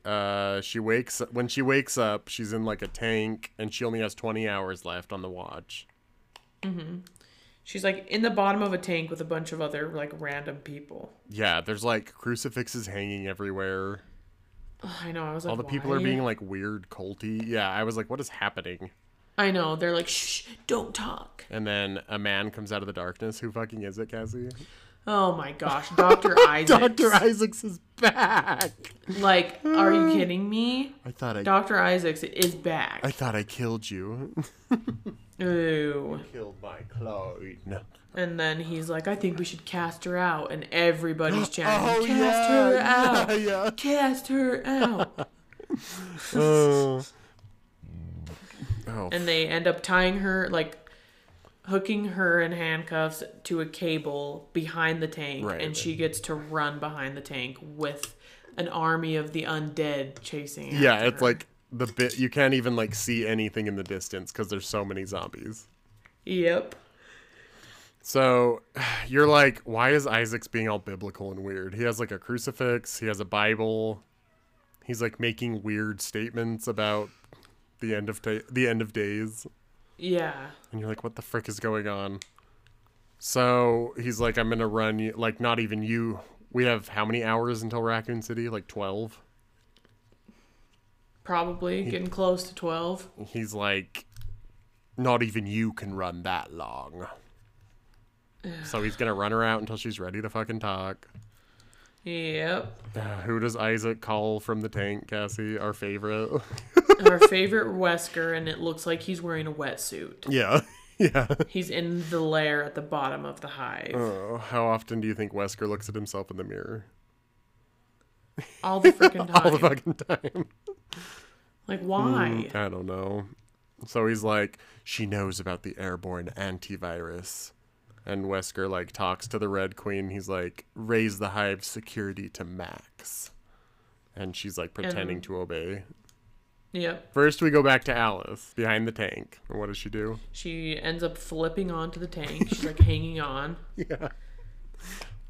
Speaker 1: uh, she wakes when she wakes up, she's in like a tank, and she only has 20 hours left on the watch.
Speaker 2: She's like in the bottom of a tank with a bunch of other like random people.
Speaker 1: Yeah, there's like crucifixes hanging everywhere.
Speaker 2: Ugh, I know. I was like,
Speaker 1: All the people are being like weird, culty. Yeah, I was like, what is happening?
Speaker 2: I know. They're like, shh, don't talk.
Speaker 1: And then a man comes out of the darkness. Who fucking is it, Cassie?
Speaker 2: Oh my gosh, Doctor Isaac.
Speaker 1: Dr. Isaacs is back.
Speaker 2: Like, are you kidding me?
Speaker 1: I thought I
Speaker 2: Doctor Isaacs is back.
Speaker 1: I thought I killed you.
Speaker 2: Ooh.
Speaker 1: killed my clone.
Speaker 2: And then he's like, I think we should cast her out, and everybody's chanting,
Speaker 1: Oh
Speaker 2: cast
Speaker 1: yeah,
Speaker 2: her out,
Speaker 1: yeah,
Speaker 2: cast her out.
Speaker 1: yeah. Uh, oh,
Speaker 2: and they end up tying her, like, hooking her in handcuffs to a cable behind the tank,
Speaker 1: Right.
Speaker 2: and she gets to run behind the tank with an army of the undead chasing.
Speaker 1: yeah.
Speaker 2: after
Speaker 1: It's
Speaker 2: her.
Speaker 1: like the bit you can't even like see anything in the distance because there's so many zombies.
Speaker 2: yep.
Speaker 1: So you're like, why is Isaac's being all biblical and weird? He has like a crucifix, he has a Bible. He's like making weird statements about the end of ta- the end of days.
Speaker 2: Yeah.
Speaker 1: And you're like, what the frick is going on? So he's like, I'm gonna run you like not even you we have how many hours until Raccoon City? Like twelve?
Speaker 2: Probably getting close to 12.
Speaker 1: He's like not even you can run that long. So he's gonna run her out until she's ready to fucking talk.
Speaker 2: Yep.
Speaker 1: Uh, who does Isaac call from the tank, Cassie? Our favorite.
Speaker 2: Our favorite Wesker, and it looks like he's wearing a wetsuit.
Speaker 1: yeah. Yeah.
Speaker 2: He's in the lair at the bottom of the hive.
Speaker 1: Oh, how often do you think Wesker looks at himself in the mirror?
Speaker 2: All the freaking time.
Speaker 1: All the Mm. fucking time.
Speaker 2: like, why?
Speaker 1: I don't know. So he's like, she knows about the airborne antivirus. And Wesker like talks to the Red Queen. He's like, raise the hive security to max. And she's like pretending
Speaker 2: And-
Speaker 1: to obey.
Speaker 2: Yep.
Speaker 1: First, we go back to Alice behind the tank. And what does she do?
Speaker 2: She ends up flipping onto the tank. She's like hanging on.
Speaker 1: Yeah.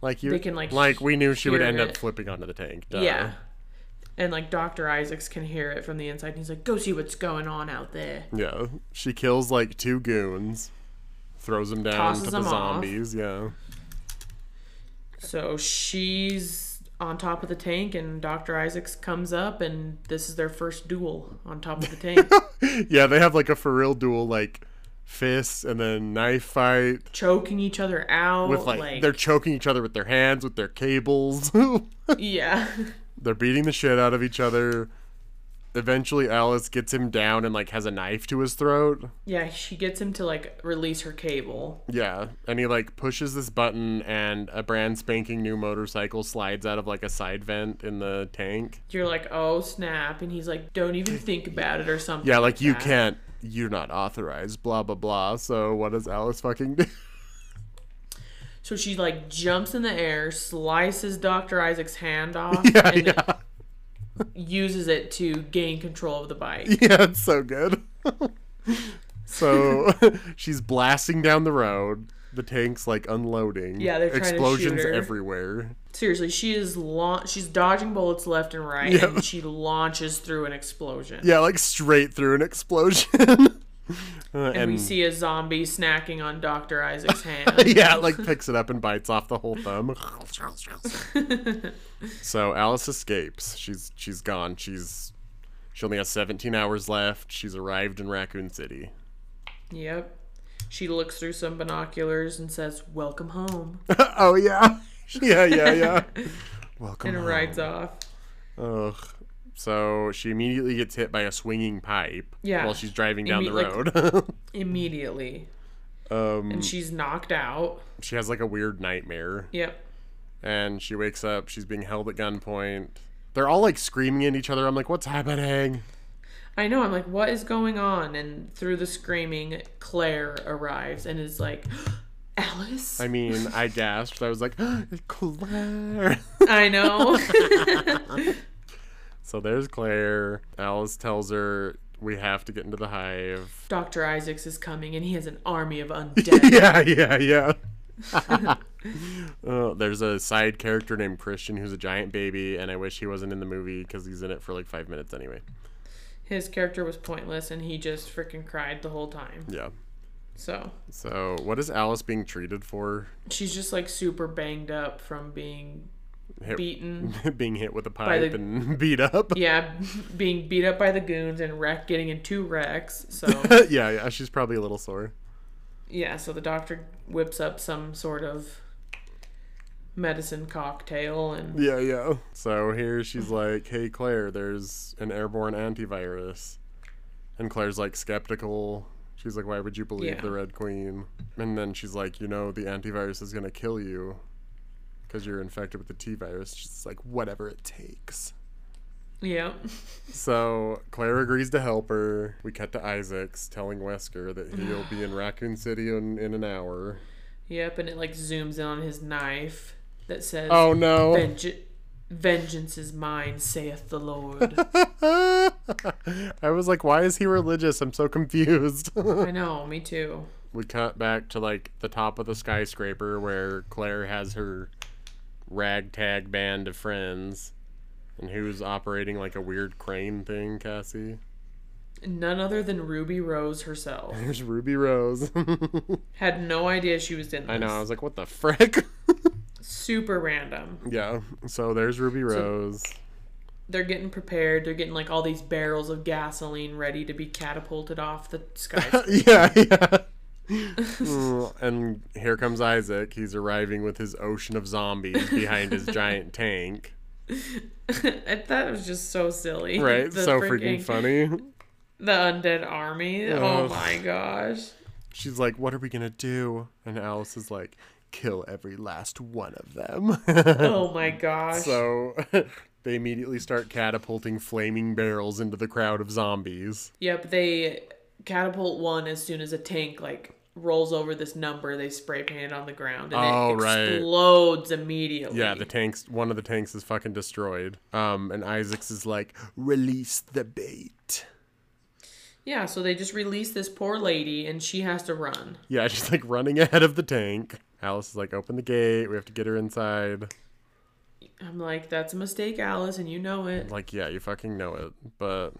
Speaker 1: Like you
Speaker 2: They can, like,
Speaker 1: like we knew she would
Speaker 2: hear
Speaker 1: end up
Speaker 2: it.
Speaker 1: flipping onto the tank. Duh.
Speaker 2: Yeah. And like Dr. Isaacs can hear it from the inside. And he's like, go see what's going on out there.
Speaker 1: Yeah. She kills like two goons, throws them down
Speaker 2: Tosses
Speaker 1: to the
Speaker 2: them off.
Speaker 1: zombies, yeah.
Speaker 2: So she's on top of the tank, and Dr. Isaacs comes up, and this is their first duel on top of the tank.
Speaker 1: Yeah, they have like a for real duel like fists and then knife fight
Speaker 2: choking each other out.
Speaker 1: with like, they're choking each other with their hands, with their cables.
Speaker 2: yeah.
Speaker 1: they're beating the shit out of each other. Eventually Alice gets him down and like has a knife to his throat.
Speaker 2: Yeah, she gets him to like release her cable.
Speaker 1: Yeah, and he like pushes this button, and a brand spanking new motorcycle slides out of like a side vent in the tank.
Speaker 2: You're like, oh snap, and he's like, don't even think about it or something.
Speaker 1: Yeah, like you
Speaker 2: that.
Speaker 1: can't, you're not authorized, blah blah blah. So what does Alice fucking do?
Speaker 2: So she like jumps in the air, slices Doctor Isaac's hand off,
Speaker 1: yeah,
Speaker 2: and
Speaker 1: yeah,
Speaker 2: uses it to gain control of the bike.
Speaker 1: yeah, it's so good. so she's blasting down the road. The tank's like unloading.
Speaker 2: Yeah, they're trying to shoot
Speaker 1: explosions
Speaker 2: her.
Speaker 1: everywhere.
Speaker 2: Seriously, she is launch. She's dodging bullets left and right,
Speaker 1: Yeah.
Speaker 2: and she launches through an explosion.
Speaker 1: Yeah, like straight through an explosion. Uh,
Speaker 2: And,
Speaker 1: Mm.
Speaker 2: we see a zombie snacking on Doctor Isaac's hand.
Speaker 1: yeah, it, like picks it up and bites off the whole thumb. so Alice escapes. She's she's gone. She's she only has 17 hours left. She's arrived in Raccoon City.
Speaker 2: yep. She looks through some binoculars and says, "Welcome home,"
Speaker 1: oh yeah, yeah, yeah, yeah. Welcome.
Speaker 2: and
Speaker 1: home.
Speaker 2: rides off.
Speaker 1: Ugh. So she immediately gets hit by a swinging pipe
Speaker 2: Yeah.
Speaker 1: while she's driving down the
Speaker 2: Imme-
Speaker 1: road.
Speaker 2: immediately.
Speaker 1: um,
Speaker 2: And she's knocked out.
Speaker 1: she has like a weird nightmare,
Speaker 2: Yep.
Speaker 1: and she wakes up. She's being held at gunpoint. They're all like screaming at each other. I'm like, what's happening?
Speaker 2: I know. I'm like, what is going on? And through the screaming, Claire arrives and is like, Alice?
Speaker 1: I mean, I gasped. I was like, Claire.
Speaker 2: I know.
Speaker 1: So there's Claire. Alice tells her we have to get into the hive.
Speaker 2: Dr. Isaacs is coming and he has an army of undead.
Speaker 1: Yeah, yeah, yeah. Uh, there's a side character named Christian who's a giant baby, and I wish he wasn't in the movie because he's in it for like five minutes anyway.
Speaker 2: His character was pointless and he just freaking cried the whole time.
Speaker 1: Yeah.
Speaker 2: So
Speaker 1: So what is Alice being treated for?
Speaker 2: she's just like super banged up from being
Speaker 1: Hit,
Speaker 2: beaten.
Speaker 1: being hit with a pipe
Speaker 2: the-
Speaker 1: and beat up.
Speaker 2: Yeah, being beat up by the goons and wreck getting in two wrecks. So
Speaker 1: yeah, yeah. She's probably a little sore.
Speaker 2: yeah, so the doctor whips up some sort of medicine cocktail and
Speaker 1: Yeah, yeah. So here she's like, "Hey Claire, there's an airborne antivirus," and Claire's like skeptical. She's like, "Why would you believe
Speaker 2: Yeah.
Speaker 1: the Red Queen?" And then she's like, "You know, the antivirus is gonna kill you because you're infected with the T virus." She's like, "Whatever it takes."
Speaker 2: yeah.
Speaker 1: So Claire agrees to help her. We cut to Isaacs telling Wesker that he'll be in Raccoon City in, in an hour.
Speaker 2: Yep, and it like zooms in on his knife that says
Speaker 1: Oh no!
Speaker 2: Venge- vengeance is mine, saith the Lord.
Speaker 1: I was like, why is he religious? I'm so confused.
Speaker 2: I know, me too.
Speaker 1: we cut back to like the top of the skyscraper where Claire has her ragtag band of friends. And who's operating like a weird crane thing, Cassie?
Speaker 2: None other than Ruby Rose herself.
Speaker 1: There's Ruby Rose.
Speaker 2: Had no idea she was in this.
Speaker 1: I know, I was like, what the frick?
Speaker 2: Super random.
Speaker 1: yeah, so there's Ruby Rose.
Speaker 2: They're getting prepared. They're getting like all these barrels of gasoline ready to be catapulted off the sky.
Speaker 1: yeah, yeah. Mm, and here comes Isaac. He's arriving with his ocean of zombies behind his giant tank.
Speaker 2: I thought it was just so silly.
Speaker 1: Right?
Speaker 2: The
Speaker 1: so freaking funny.
Speaker 2: The undead army. Oh
Speaker 1: Ugh.
Speaker 2: my gosh.
Speaker 1: She's like, "What are we gonna do?" And Alice is like, "Kill every last one of them."
Speaker 2: Oh my gosh.
Speaker 1: so they immediately start catapulting flaming barrels into the crowd of zombies.
Speaker 2: Yep, they catapult one as soon as a tank like rolls over this number they spray painted on the ground and
Speaker 1: Oh,
Speaker 2: it
Speaker 1: right.
Speaker 2: explodes immediately.
Speaker 1: Yeah, the tanks. One of the tanks is fucking destroyed. Um, and Isaacs is like, "Release the bait."
Speaker 2: yeah, so they just release this poor lady and she has to run.
Speaker 1: Yeah, she's like running ahead of the tank. Alice is like, "Open the gate. We have to get her inside."
Speaker 2: I'm like, that's a mistake, Alice, and you know it.
Speaker 1: Like, yeah, you fucking know it. But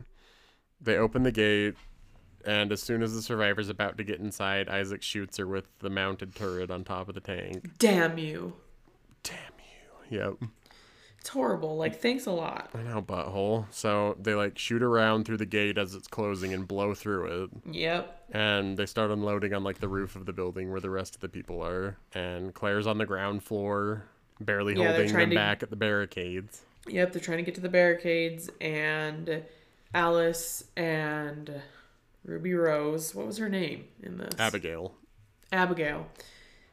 Speaker 1: they open the gate, and as soon as the survivor's about to get inside, Isaac shoots her with the mounted turret on top of the tank.
Speaker 2: Damn you.
Speaker 1: Damn you. Yep.
Speaker 2: It's horrible. Like, thanks a lot.
Speaker 1: I know, butthole. So they like shoot around through the gate as it's closing and blow through it.
Speaker 2: Yep.
Speaker 1: And they start unloading on like the roof of the building where the rest of the people are. And Claire's on the ground floor, barely
Speaker 2: Yeah, they're
Speaker 1: holding
Speaker 2: trying
Speaker 1: them
Speaker 2: to-
Speaker 1: back at the barricades.
Speaker 2: Yep, they're trying to get to the barricades and Alice and Ruby Rose, what was her name in this?
Speaker 1: Abigail.
Speaker 2: Abigail,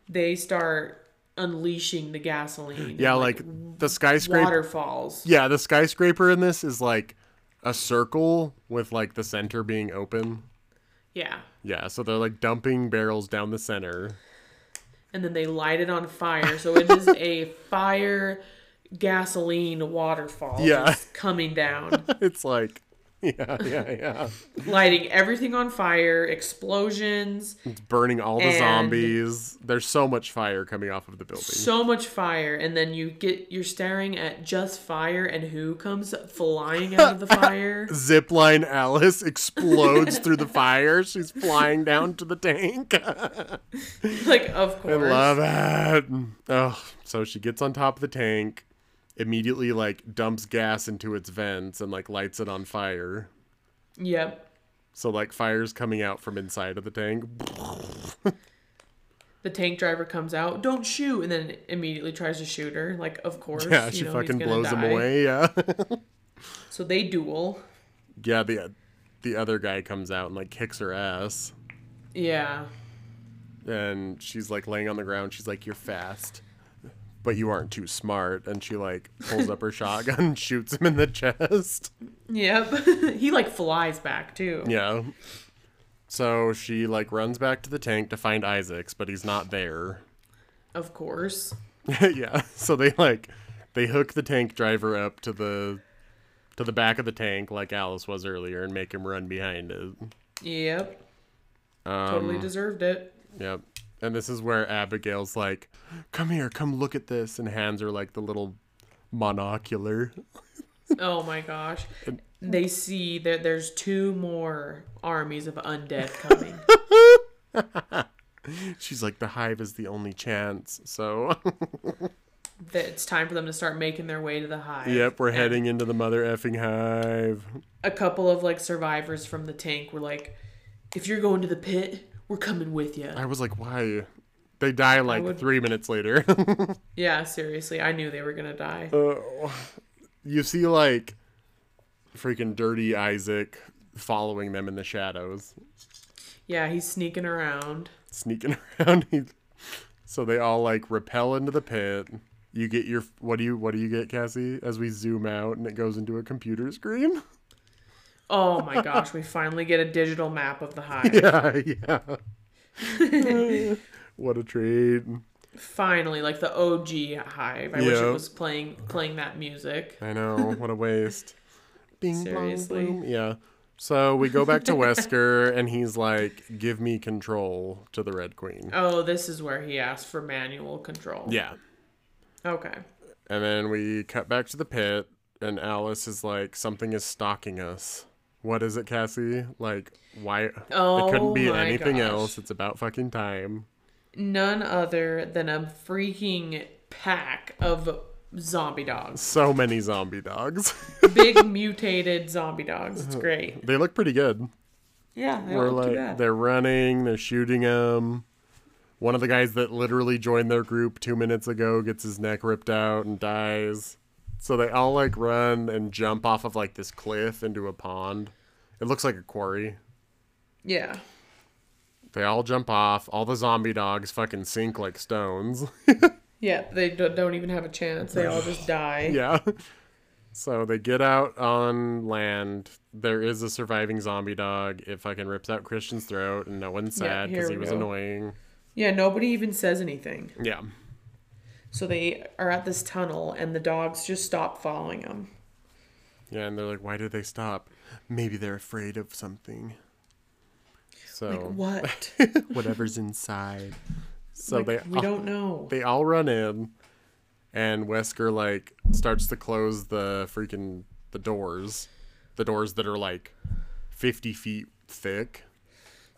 Speaker 2: they start unleashing the gasoline.
Speaker 1: Yeah,
Speaker 2: and,
Speaker 1: like the skyscraper.
Speaker 2: waterfalls.
Speaker 1: Yeah, the skyscraper in this is like a circle with like the center being open.
Speaker 2: Yeah.
Speaker 1: Yeah, so they're like dumping barrels down the center.
Speaker 2: And then they light it on fire. So it is a fire gasoline waterfall
Speaker 1: Yeah.
Speaker 2: just coming down,
Speaker 1: It's like yeah, yeah, yeah.
Speaker 2: lighting everything on fire, explosions,
Speaker 1: It's burning all the
Speaker 2: And-
Speaker 1: zombies. There's so much fire coming off of the building.
Speaker 2: so much fire. And then you get, you're staring at just fire and who comes flying out of the fire?
Speaker 1: Zipline Alice explodes through the fire. She's flying down to the tank.
Speaker 2: like, of course.
Speaker 1: I love it. Oh, so she gets on top of the tank, immediately like dumps gas into its vents and like lights it on fire.
Speaker 2: Yep.
Speaker 1: So like fire's coming out from inside of the tank.
Speaker 2: the tank driver comes out, don't shoot, and then immediately tries to shoot her. Like, of course.
Speaker 1: Yeah,
Speaker 2: you
Speaker 1: she
Speaker 2: know, he's
Speaker 1: fucking
Speaker 2: gonna
Speaker 1: blows him
Speaker 2: die.
Speaker 1: away. Yeah.
Speaker 2: So they duel.
Speaker 1: yeah, the the other guy comes out and like kicks her ass.
Speaker 2: Yeah.
Speaker 1: And she's like laying on the ground. She's like, "You're fast, but you aren't too smart." And she like pulls up her shotgun and shoots him in the chest.
Speaker 2: Yep. he like flies back too.
Speaker 1: Yeah. So she like runs back to the tank to find Isaacs, but he's not there.
Speaker 2: Of course.
Speaker 1: yeah. So they like they hook the tank driver up to the to the back of the tank like Alice was earlier and make him run behind it.
Speaker 2: Yep.
Speaker 1: Um,
Speaker 2: Totally deserved it.
Speaker 1: Yep. And this is where Abigail's like, "Come here, come look at this," and hands her like the little monocular.
Speaker 2: Oh my gosh. They see that there's two more armies of undead coming.
Speaker 1: She's like, "The hive is the only chance." So,
Speaker 2: that it's time for them to start making their way to the hive.
Speaker 1: yep, we're
Speaker 2: And
Speaker 1: heading into the mother effing hive.
Speaker 2: A couple of like survivors from the tank were like, "If you're going to the pit, we're coming with you."
Speaker 1: I was like, "Why?" They die like
Speaker 2: would-
Speaker 1: 3 minutes later.
Speaker 2: Yeah, seriously, I knew they were gonna die.
Speaker 1: you see like freaking dirty Isaac following them in the shadows,
Speaker 2: Yeah, he's sneaking around.
Speaker 1: sneaking around. He, so they all like repel into the pit. You get your what do you what do you get, Cassie? As we zoom out and it goes into a computer screen.
Speaker 2: Oh my gosh, we finally get a digital map of the hive.
Speaker 1: Yeah, yeah. what a treat.
Speaker 2: Finally, like the OG hive. I wish
Speaker 1: Yeah.
Speaker 2: it was playing playing that music.
Speaker 1: I know. What a waste. Bing blong,
Speaker 2: Seriously.
Speaker 1: bloom. Yeah. So we go back to Wesker and he's like, "Give me control to the Red Queen."
Speaker 2: Oh, this is where he asked for manual control.
Speaker 1: Yeah.
Speaker 2: Okay.
Speaker 1: And then we cut back to the pit, and Alice is like, "Something is stalking us." What is it, Cassie? Like, why? it couldn't
Speaker 2: Oh
Speaker 1: be
Speaker 2: my
Speaker 1: anything
Speaker 2: gosh.
Speaker 1: else. It's about fucking time.
Speaker 2: None other than a freaking pack of zombie dogs.
Speaker 1: So many zombie dogs.
Speaker 2: Big mutated zombie dogs. It's great.
Speaker 1: they look pretty good.
Speaker 2: Yeah, they
Speaker 1: We're
Speaker 2: don't look Oh, too
Speaker 1: like,
Speaker 2: bad.
Speaker 1: they're running, they're shooting them. One of the guys that literally joined their group two minutes ago gets his neck ripped out and dies. So they all like run and jump off of like this cliff into a pond. It looks like a quarry.
Speaker 2: Yeah.
Speaker 1: They all jump off. All the zombie dogs fucking sink like stones.
Speaker 2: Yeah, they do- don't even have a chance. They all just die.
Speaker 1: yeah. So they get out on land. There is a surviving zombie dog. It fucking rips out Christian's throat, and no one's
Speaker 2: Yeah,
Speaker 1: sad
Speaker 2: here
Speaker 1: because he
Speaker 2: we
Speaker 1: was
Speaker 2: go.
Speaker 1: annoying.
Speaker 2: Yeah, nobody even says anything.
Speaker 1: Yeah.
Speaker 2: So they are at this tunnel, and the dogs just stop following them.
Speaker 1: Yeah, and they're like, why did they stop? Maybe they're afraid of something. Oh. So
Speaker 2: Like, what?
Speaker 1: whatever's inside. So
Speaker 2: like,
Speaker 1: they
Speaker 2: we don't know.
Speaker 1: they all run in and Wesker like starts to close the freaking the doors. The doors that are like fifty feet thick.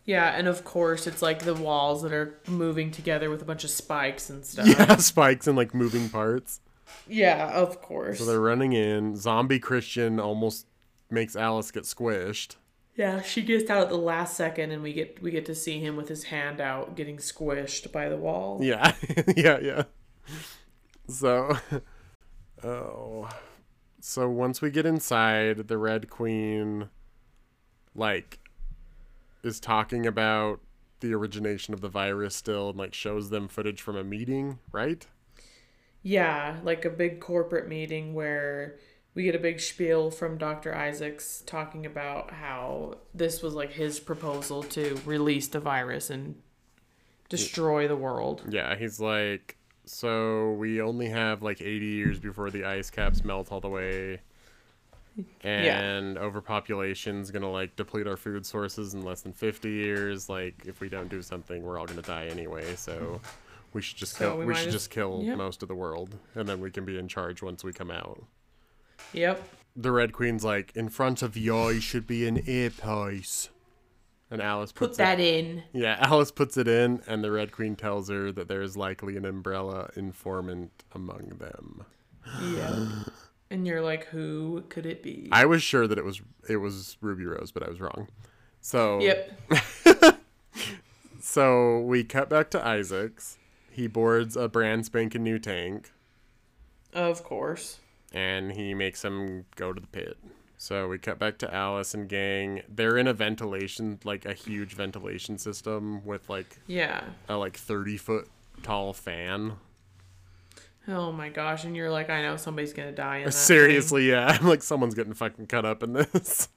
Speaker 2: Yeah, and of course, it's like the walls that are moving together with a bunch of spikes and stuff. Yeah,
Speaker 1: Yeah, spikes and like moving parts.
Speaker 2: of course.
Speaker 1: So they're running in. Zombie Christian almost makes Alice get squished.
Speaker 2: yeah, she gets out at the last second, and we get we get to see him with his hand out, getting squished by the wall.
Speaker 1: Yeah, yeah, yeah. So, oh, so once we get inside, the Red Queen, like, is talking about the origination of the virus still, and like shows them footage from a meeting, right?
Speaker 2: Yeah, like a big corporate meeting where we get a big spiel from Dr. Isaacs talking about how this was like his proposal to release the virus and destroy the world.
Speaker 1: Yeah, he's like, so we only have like 80 years before the ice caps melt all the way. And overpopulation's gonna like deplete our food sources in less than 50 years. Like, if we don't do something, we're all gonna die anyway. So we should just
Speaker 2: So
Speaker 1: kill.
Speaker 2: we
Speaker 1: We,
Speaker 2: might
Speaker 1: should
Speaker 2: as-
Speaker 1: just kill
Speaker 2: Yep.
Speaker 1: most of the world, and then we can be in charge once we come out.
Speaker 2: Yep.
Speaker 1: The Red Queen's like, in front of you eye should be an earpiece. And Alice puts
Speaker 2: Put
Speaker 1: it-
Speaker 2: that in.
Speaker 1: yeah, Alice puts it in, and the Red Queen tells her that there is likely an umbrella informant among them.
Speaker 2: Yep. And you're like, who could it be?
Speaker 1: I was sure that it was it was Ruby Rose, but I was wrong. So
Speaker 2: Yep.
Speaker 1: so we cut back to Isaac's. He boards a brand spanking new tank,
Speaker 2: Of course.
Speaker 1: and he makes him go to the pit. So we cut back to Alice and gang. They're in a ventilation, like a huge ventilation system with like
Speaker 2: Yeah.
Speaker 1: a like thirty foot tall fan
Speaker 2: Oh my gosh. And you're like, I know somebody's going to die in that.
Speaker 1: Seriously, yeah. I'm like, someone's getting fucking cut up in this.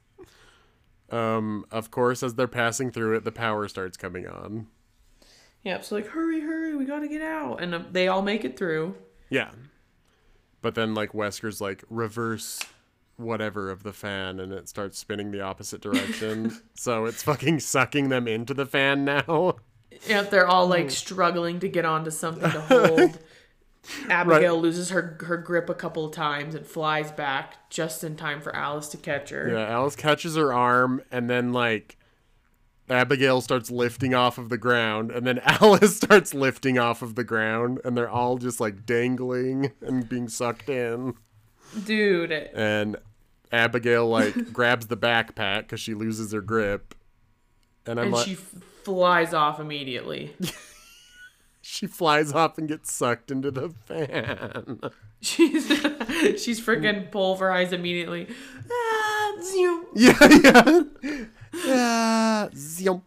Speaker 1: Um, of course, as they're passing through it, the power starts coming on.
Speaker 2: thing. Yep. So, like, hurry, hurry. We got to get out. And uh, they all make it through.
Speaker 1: Yeah. But then, like, Wesker's like, reverse whatever of the fan and it starts spinning the opposite direction. so it's fucking sucking them into the fan now.
Speaker 2: Yep, they're all
Speaker 1: Hmm.
Speaker 2: like struggling to get onto something to hold. Abigail loses her her grip a couple of times and flies back just in time for Alice to catch her.
Speaker 1: Yeah, Alice catches her arm and then like Abigail starts lifting off of the ground and then Alice starts lifting off of the ground and they're all just like dangling and being sucked in.
Speaker 2: Dude,
Speaker 1: and Abigail like grabs the backpack because she loses her grip, and I'm
Speaker 2: and
Speaker 1: like,
Speaker 2: she
Speaker 1: she...
Speaker 2: f- flies off immediately.
Speaker 1: flies off and gets sucked into the fan.
Speaker 2: She's she's freaking pulverized immediately. Ah, zoom.
Speaker 1: yeah, yeah. Ah, zoom.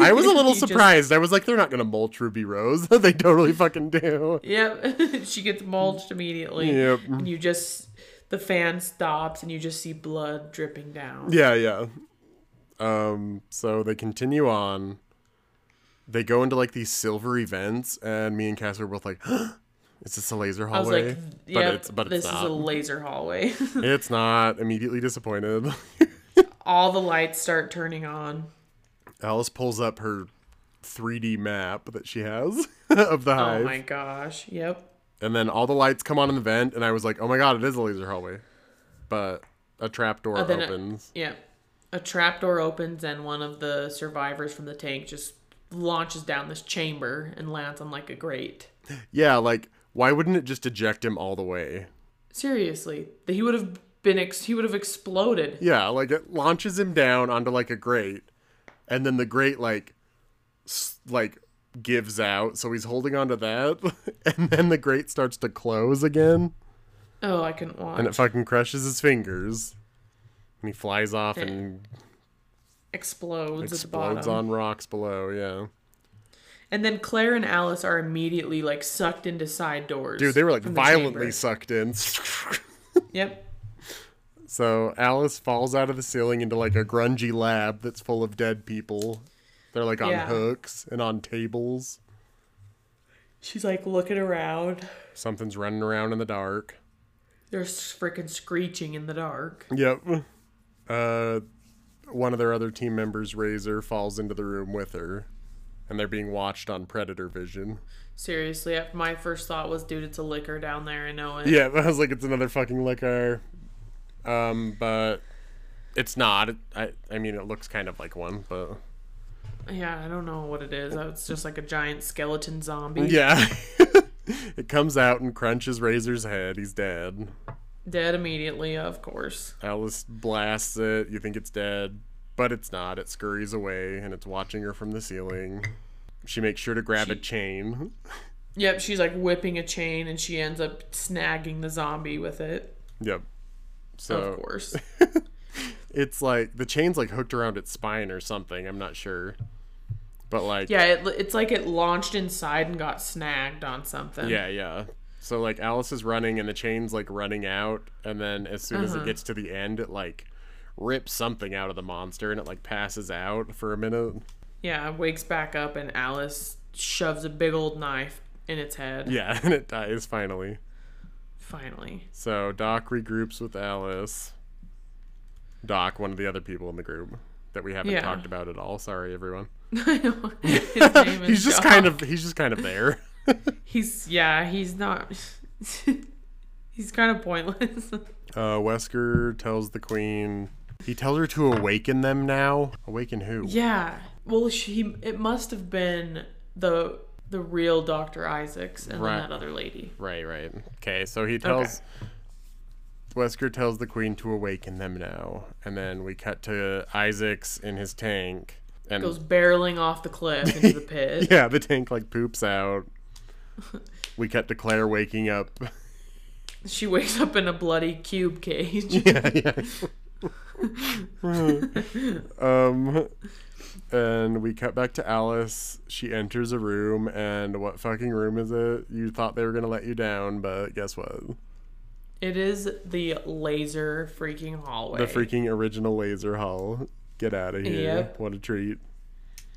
Speaker 1: I was a little
Speaker 2: He just-
Speaker 1: surprised. I was like, they're not gonna mulch Ruby Rose. they totally fucking do.
Speaker 2: Yep, she gets mulched immediately.
Speaker 1: Yep.
Speaker 2: And you just the fan stops and you just see blood dripping down.
Speaker 1: Yeah, yeah. Um, so they continue on. They go into like these silvery vents, and me and Cass are both like, "Is this a laser
Speaker 2: I was
Speaker 1: hallway?"
Speaker 2: like,
Speaker 1: but
Speaker 2: yep,
Speaker 1: it's but
Speaker 2: this
Speaker 1: it's not.
Speaker 2: is a laser hallway.
Speaker 1: It's not. Immediately disappointed.
Speaker 2: All the lights start turning on.
Speaker 1: Alice pulls up her 3D map that she has of the
Speaker 2: Oh
Speaker 1: hive.
Speaker 2: my gosh. Yep.
Speaker 1: and then all the lights come on in the vent, and I was like, oh my god, it is a laser hallway. But a trap door
Speaker 2: Oh, then it-
Speaker 1: opens.
Speaker 2: Yeah. A trapdoor opens and one of the survivors from the tank just launches down this chamber and lands on like a grate.
Speaker 1: yeah, like, why wouldn't it just eject him all the way?
Speaker 2: Seriously, that he would have been ex- he would have exploded.
Speaker 1: Yeah, like, it launches him down onto, like, a grate, and then the grate, like, s- like, gives out, so he's holding onto that, and then the grate starts to close again.
Speaker 2: Oh, I couldn't watch.
Speaker 1: and it fucking crushes his fingers and he flies off and
Speaker 2: explodes, at
Speaker 1: explodes
Speaker 2: the bottom.
Speaker 1: on rocks below yeah
Speaker 2: And then Claire and Alice are immediately like sucked into side doors.
Speaker 1: dude they were like
Speaker 2: from the
Speaker 1: violently
Speaker 2: chamber.
Speaker 1: sucked in
Speaker 2: Yep.
Speaker 1: so alice falls out of the ceiling into like a grungy lab that's full of dead people they're like on
Speaker 2: Yeah.
Speaker 1: hooks and on tables
Speaker 2: She's like looking around.
Speaker 1: something's running around in the dark
Speaker 2: They're s- freaking screeching in the dark.
Speaker 1: yep uh one of their other team members razor falls into the room with her and they're being watched on predator vision
Speaker 2: Seriously, I- my first thought was, dude, it's a liquor down there. I know it.
Speaker 1: Yeah, I was like, it's another fucking liquor. Um, but it's not. I I mean, it looks kind of like one, but
Speaker 2: Yeah, I don't know what it is. It's just like a giant skeleton zombie.
Speaker 1: yeah, it comes out and crunches Razor's head. He's dead.
Speaker 2: Dead immediately, of course.
Speaker 1: Alice blasts it. You think it's dead, but it's not. It scurries away, and it's watching her from the ceiling. She makes sure to grab a chain.
Speaker 2: Yep, she's like whipping a chain and she ends up snagging the zombie with it.
Speaker 1: Yep.
Speaker 2: Of
Speaker 1: So
Speaker 2: course.
Speaker 1: it's like the chain's like hooked around its spine or something. I'm not sure, but like
Speaker 2: Yeah, it, it's like it launched inside and got snagged on something.
Speaker 1: Yeah, yeah. So like Alice is running and the chain's like running out and then as soon
Speaker 2: Uh-huh.
Speaker 1: as it gets to the end it like rips something out of the monster and it like passes out for a minute.
Speaker 2: Yeah, it wakes back up and Alice shoves a big old knife in its head.
Speaker 1: Yeah, and it dies finally.
Speaker 2: Finally.
Speaker 1: So Doc regroups with Alice. Doc, one of the other people in the group that we haven't
Speaker 2: Yeah.
Speaker 1: talked about at all. Sorry everyone.
Speaker 2: His name is
Speaker 1: He's just
Speaker 2: Doc.
Speaker 1: kind of he's just kind of there.
Speaker 2: He's yeah, he's not he's kind of pointless.
Speaker 1: Uh, Wesker tells the queen he tells her to awaken them now. Awaken who?
Speaker 2: yeah. Well, she it must have been the the real Dr. Isaacs and
Speaker 1: Right.
Speaker 2: then that other lady.
Speaker 1: Right, right. Okay, so he tells Wesker tells the queen to awaken them now, and then we cut to Isaac's in his tank, and
Speaker 2: Goes barreling off the cliff into the pit.
Speaker 1: yeah, the tank like poops out. we cut to Claire waking up.
Speaker 2: She wakes up in a bloody cube cage.
Speaker 1: yeah, yeah. um, and we cut back to Alice. She enters a room, and what fucking room is it? You thought they were gonna let you down, but guess what?
Speaker 2: It is the laser freaking
Speaker 1: The
Speaker 2: hallway.
Speaker 1: freaking original laser hull. Get out of here.
Speaker 2: Yep.
Speaker 1: What a treat.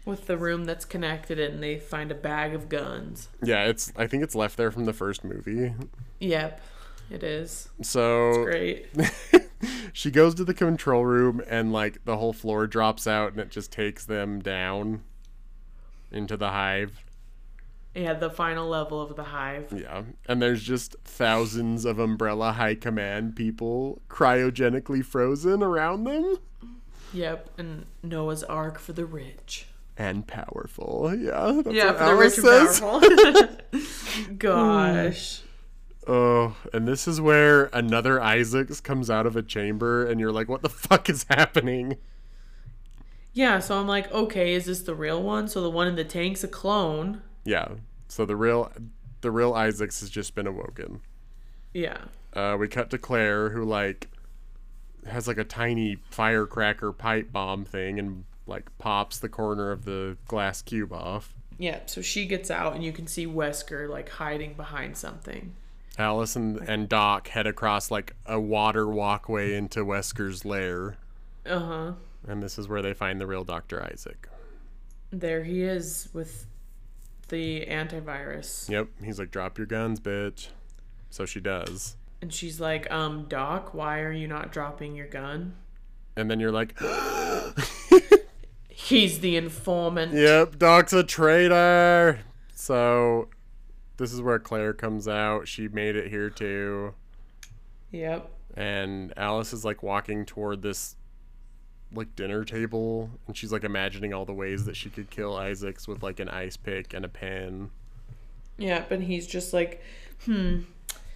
Speaker 2: with the room that's connected and they find a bag of guns.
Speaker 1: Yeah, it's I think it's left there from the first movie.
Speaker 2: Yep. It is.
Speaker 1: So
Speaker 2: Great.
Speaker 1: she goes to the control room and like the whole floor drops out and it just takes them down into the hive.
Speaker 2: Yeah, the final level of the hive.
Speaker 1: Yeah. And there's just thousands of umbrella high command people cryogenically frozen around them
Speaker 2: Yep, and Noah's Ark for the rich.
Speaker 1: and powerful. Yeah. That's
Speaker 2: Yeah,
Speaker 1: what
Speaker 2: for the
Speaker 1: Alice
Speaker 2: rich and
Speaker 1: says.
Speaker 2: powerful. Hmm. Gosh.
Speaker 1: Oh, and this is where another Isaacs comes out of a chamber and you're like, what the fuck is happening?
Speaker 2: Yeah, so I'm like, okay, is this the real one? So the one in the tank's a clone.
Speaker 1: Yeah. So the real the real Isaacs has just been awoken.
Speaker 2: Yeah.
Speaker 1: Uh, we cut to Claire who like has like a tiny firecracker pipe bomb thing and like pops the corner of the glass cube off.
Speaker 2: Yeah, so she gets out and you can see Wesker like hiding behind something.
Speaker 1: Alice and, and Doc head across like a water walkway into Wesker's lair.
Speaker 2: Uh-huh.
Speaker 1: And this is where they find the real Dr. Isaac.
Speaker 2: There he is with the antivirus.
Speaker 1: Yep. He's like, drop your guns, bitch. So she does.
Speaker 2: And she's like, um, Doc, why are you not dropping your gun?
Speaker 1: And then you're like,
Speaker 2: He's the informant.
Speaker 1: yep, Doc's a traitor. So this is where Claire comes out. She made it here too.
Speaker 2: Yep.
Speaker 1: And Alice is like walking toward this like dinner table and she's like imagining all the ways that she could kill Isaacs with like an ice pick and a pen.
Speaker 2: Yep. And he's just like, hmm,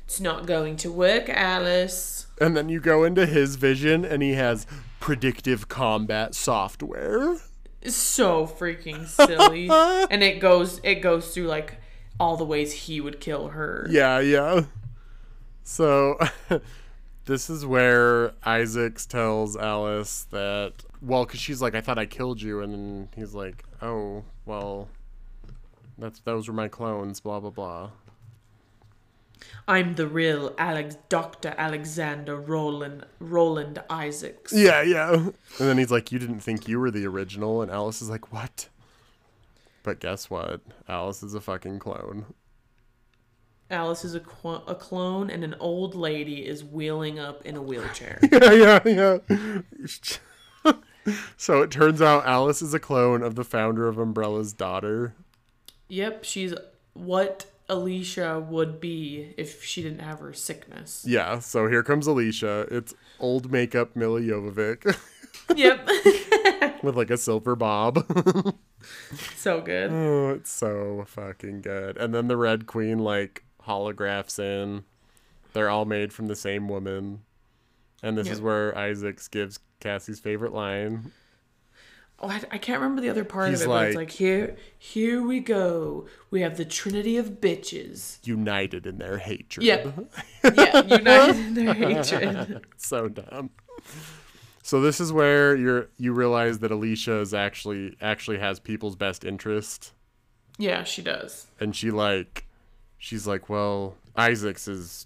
Speaker 2: it's not going to work, Alice.
Speaker 1: And then you go into his vision and he has predictive combat software.
Speaker 2: It's so freaking silly. and it goes it goes through like all the ways he would kill her.
Speaker 1: Yeah, yeah. So this is where Isaacs tells Alice that well, cause she's like, I thought I killed you, and then he's like, Oh, well, that's those were my clones, blah blah blah.
Speaker 2: I'm the real Alex Dr. Alexander Roland Roland Isaacs.
Speaker 1: Yeah, yeah. And then he's like, You didn't think you were the original, and Alice is like, What? But guess what? Alice is a fucking clone.
Speaker 2: Alice is a, qu- a clone, and an old lady is wheeling up in a wheelchair.
Speaker 1: yeah, yeah, yeah. so it turns out Alice is a clone of the founder of Umbrella's daughter.
Speaker 2: yep, she's what Alicia would be if she didn't have her sickness.
Speaker 1: Yeah, so here comes Alicia. It's old makeup Millie Jovovich
Speaker 2: yep.
Speaker 1: with like a silver bob.
Speaker 2: so good.
Speaker 1: oh, it's so fucking good. And then the Red Queen like holographs in. They're all made from the same woman. And this is
Speaker 2: Yep.
Speaker 1: where Isaacs gives Cassie's favorite line.
Speaker 2: Oh, I, I can't remember the other part
Speaker 1: He's
Speaker 2: of it, but it's
Speaker 1: like-
Speaker 2: like, here, here we go. We have the trinity of bitches.
Speaker 1: United in their hatred.
Speaker 2: Yep. yeah, united in their hatred.
Speaker 1: so dumb. So this is where you're you realize that Alicia is actually actually has people's best interest,
Speaker 2: Yeah, she does.
Speaker 1: and she like, she's like, well, Isaacs is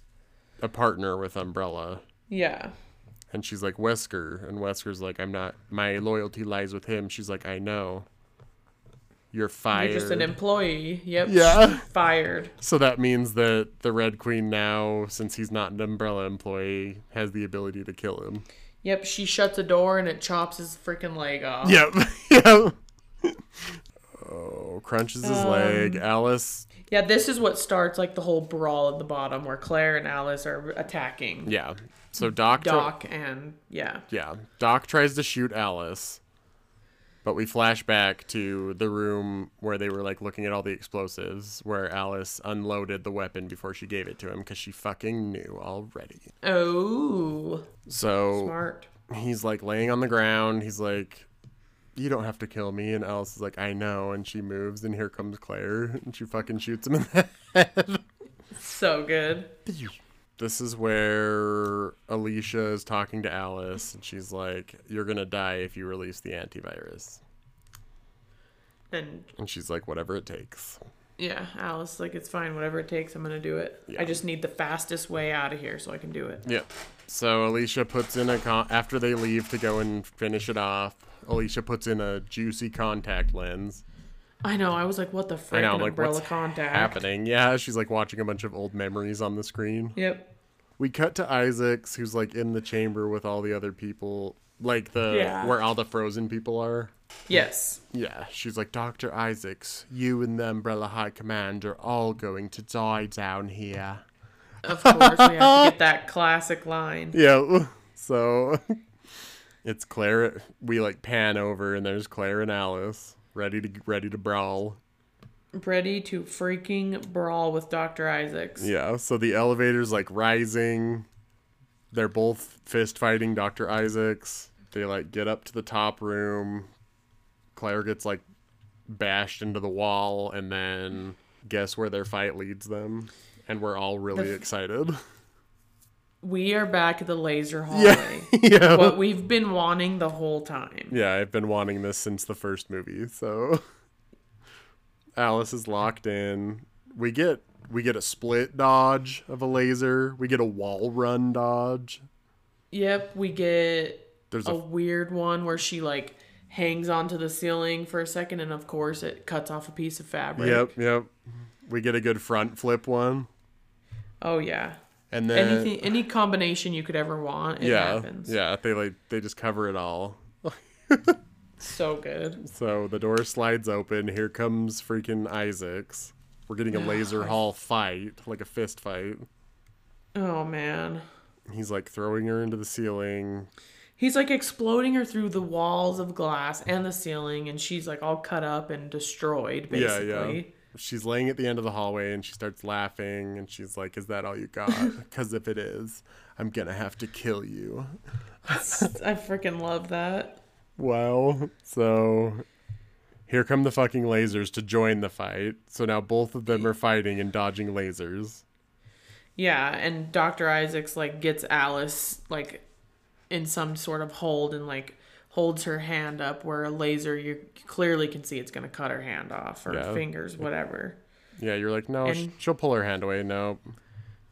Speaker 1: a partner with Umbrella,
Speaker 2: Yeah.
Speaker 1: and she's like Wesker, and Wesker's like, I'm not, my loyalty lies with him. She's like, I know. You're fired.
Speaker 2: You're just an employee. Yep.
Speaker 1: Yeah.
Speaker 2: Fired.
Speaker 1: so that means that the Red Queen now, since he's not an Umbrella employee, has the ability to kill him.
Speaker 2: Yep. She shuts a door and it chops his freaking leg off.
Speaker 1: Yep. yep. Oh, crunches his
Speaker 2: Um,
Speaker 1: leg. Alice.
Speaker 2: Yeah, this is what starts like the whole brawl at the bottom where Claire and Alice are attacking
Speaker 1: Yeah. So Doc. tr-
Speaker 2: Doc and yeah.
Speaker 1: yeah. Doc tries to shoot Alice, but we flash back to the room where they were like looking at all the explosives, where Alice unloaded the weapon before she gave it to him because she fucking knew already.
Speaker 2: Oh,
Speaker 1: So
Speaker 2: smart.
Speaker 1: he's like laying on the ground. He's like. You don't have to kill me. And Alice is like, I know. And she moves, and here comes Claire, and she fucking shoots him in the
Speaker 2: So good.
Speaker 1: This is where Alicia is talking to Alice, and she's like, "You're gonna die if you release the antivirus."
Speaker 2: And
Speaker 1: And she's like, "Whatever it takes."
Speaker 2: yeah, Alice like it's fine. Whatever it takes, I'm gonna do it.
Speaker 1: Yeah.
Speaker 2: I just need the fastest way out of here so I can do it.
Speaker 1: Yep. So Alicia puts in a con- after they leave to go and finish it off. Alicia puts in a juicy contact lens.
Speaker 2: I know. I was like, what the
Speaker 1: I
Speaker 2: frick?
Speaker 1: know,
Speaker 2: An
Speaker 1: like
Speaker 2: umbrella
Speaker 1: what's
Speaker 2: contact.
Speaker 1: happening? Yeah, she's like watching a bunch of old memories on the screen.
Speaker 2: Yep.
Speaker 1: we cut to Isaac's, who's like in the chamber with all the other people, like the
Speaker 2: Yeah.
Speaker 1: where all the frozen people are.
Speaker 2: Yes.
Speaker 1: Yeah, she's like, Dr. Isaacs, you and the Umbrella High Command are all going to die down here.
Speaker 2: Of course, we have to get that classic line.
Speaker 1: Yeah, so it's Claire. We like pan over, and there's Claire and Alice ready to ready to brawl.
Speaker 2: Ready to freaking brawl with Dr. Isaacs.
Speaker 1: Yeah, so the elevator's like rising. They're both fist fighting Dr. Isaacs. They like get up to the top room. Claire gets like bashed into the wall, and then guess where their fight leads them? And we're all really excited.
Speaker 2: We are back at the laser hallway.
Speaker 1: Yeah. yeah.
Speaker 2: what we've been wanting the whole time.
Speaker 1: Yeah, I've been wanting this since the first movie. So Alice is locked in. We get we get a split dodge of a laser. We get a wall run dodge.
Speaker 2: Yep, we get
Speaker 1: There's
Speaker 2: a
Speaker 1: a
Speaker 2: weird one where she like hangs onto the ceiling for a second and of course it cuts off a piece of fabric.
Speaker 1: Yep, yep. We get a good front flip one.
Speaker 2: Oh yeah.
Speaker 1: And then
Speaker 2: Anything any combination you could ever want, it
Speaker 1: yeah,
Speaker 2: happens.
Speaker 1: yeah, they like they just cover it all.
Speaker 2: So good.
Speaker 1: So the door slides open. Here comes freaking Isaacs. We're getting a laser hall fight, like a fist fight.
Speaker 2: Oh man.
Speaker 1: He's like throwing her into the ceiling.
Speaker 2: He's like exploding her through the walls of glass and the ceiling and she's like all cut up and destroyed basically.
Speaker 1: Yeah, yeah. She's laying at the end of the hallway and she starts laughing and she's like, Is that all you got? Because if it is, I'm going to have to kill you.
Speaker 2: I freaking love that.
Speaker 1: Wow. So here come the fucking lasers to join the fight. So now both of them are fighting and dodging lasers.
Speaker 2: Yeah, and Dr. Isaacs like gets Alice like in some sort of hold and like holds her hand up where a laser you clearly can see it's gonna cut her hand off or
Speaker 1: Yeah.
Speaker 2: fingers, whatever.
Speaker 1: Yeah, you're like, No, sh
Speaker 2: And-
Speaker 1: she'll pull her hand away. No.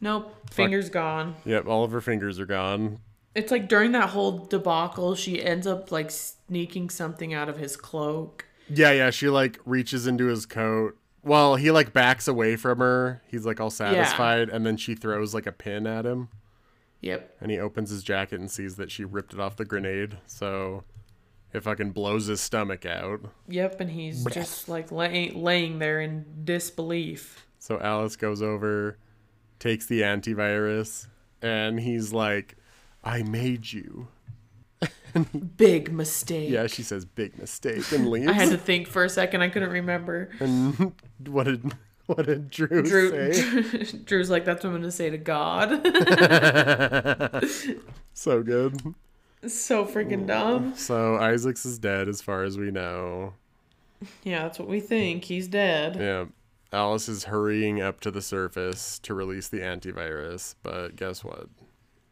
Speaker 2: Nope, fingers gone.
Speaker 1: Yep, all of her fingers are gone.
Speaker 2: It's like during that whole debacle, she ends up like sneaking something out of his cloak.
Speaker 1: Yeah, yeah, she like reaches into his coat. Well, he like backs away from her. He's like all satisfied. And then she throws like a pin at him.
Speaker 2: Yep.
Speaker 1: and he opens his jacket and sees that she ripped it off the grenade. So it fucking blows his stomach out.
Speaker 2: Yep, and he's just like lay- laying there in disbelief.
Speaker 1: So Alice goes over, takes the antivirus, and he's like, I made you.
Speaker 2: Big mistake.
Speaker 1: Yeah, she says, big mistake, and leaves.
Speaker 2: I had to think for a second. I couldn't remember.
Speaker 1: and what did, what did Drew,
Speaker 2: Drew,
Speaker 1: say?
Speaker 2: Drew's like, that's what I'm gonna say to God.
Speaker 1: So good.
Speaker 2: so freaking dumb.
Speaker 1: So Isaacs is dead as far as we know.
Speaker 2: Yeah, that's what we think. He's dead.
Speaker 1: Yeah. Alice is hurrying up to the surface to release the antivirus, but guess what?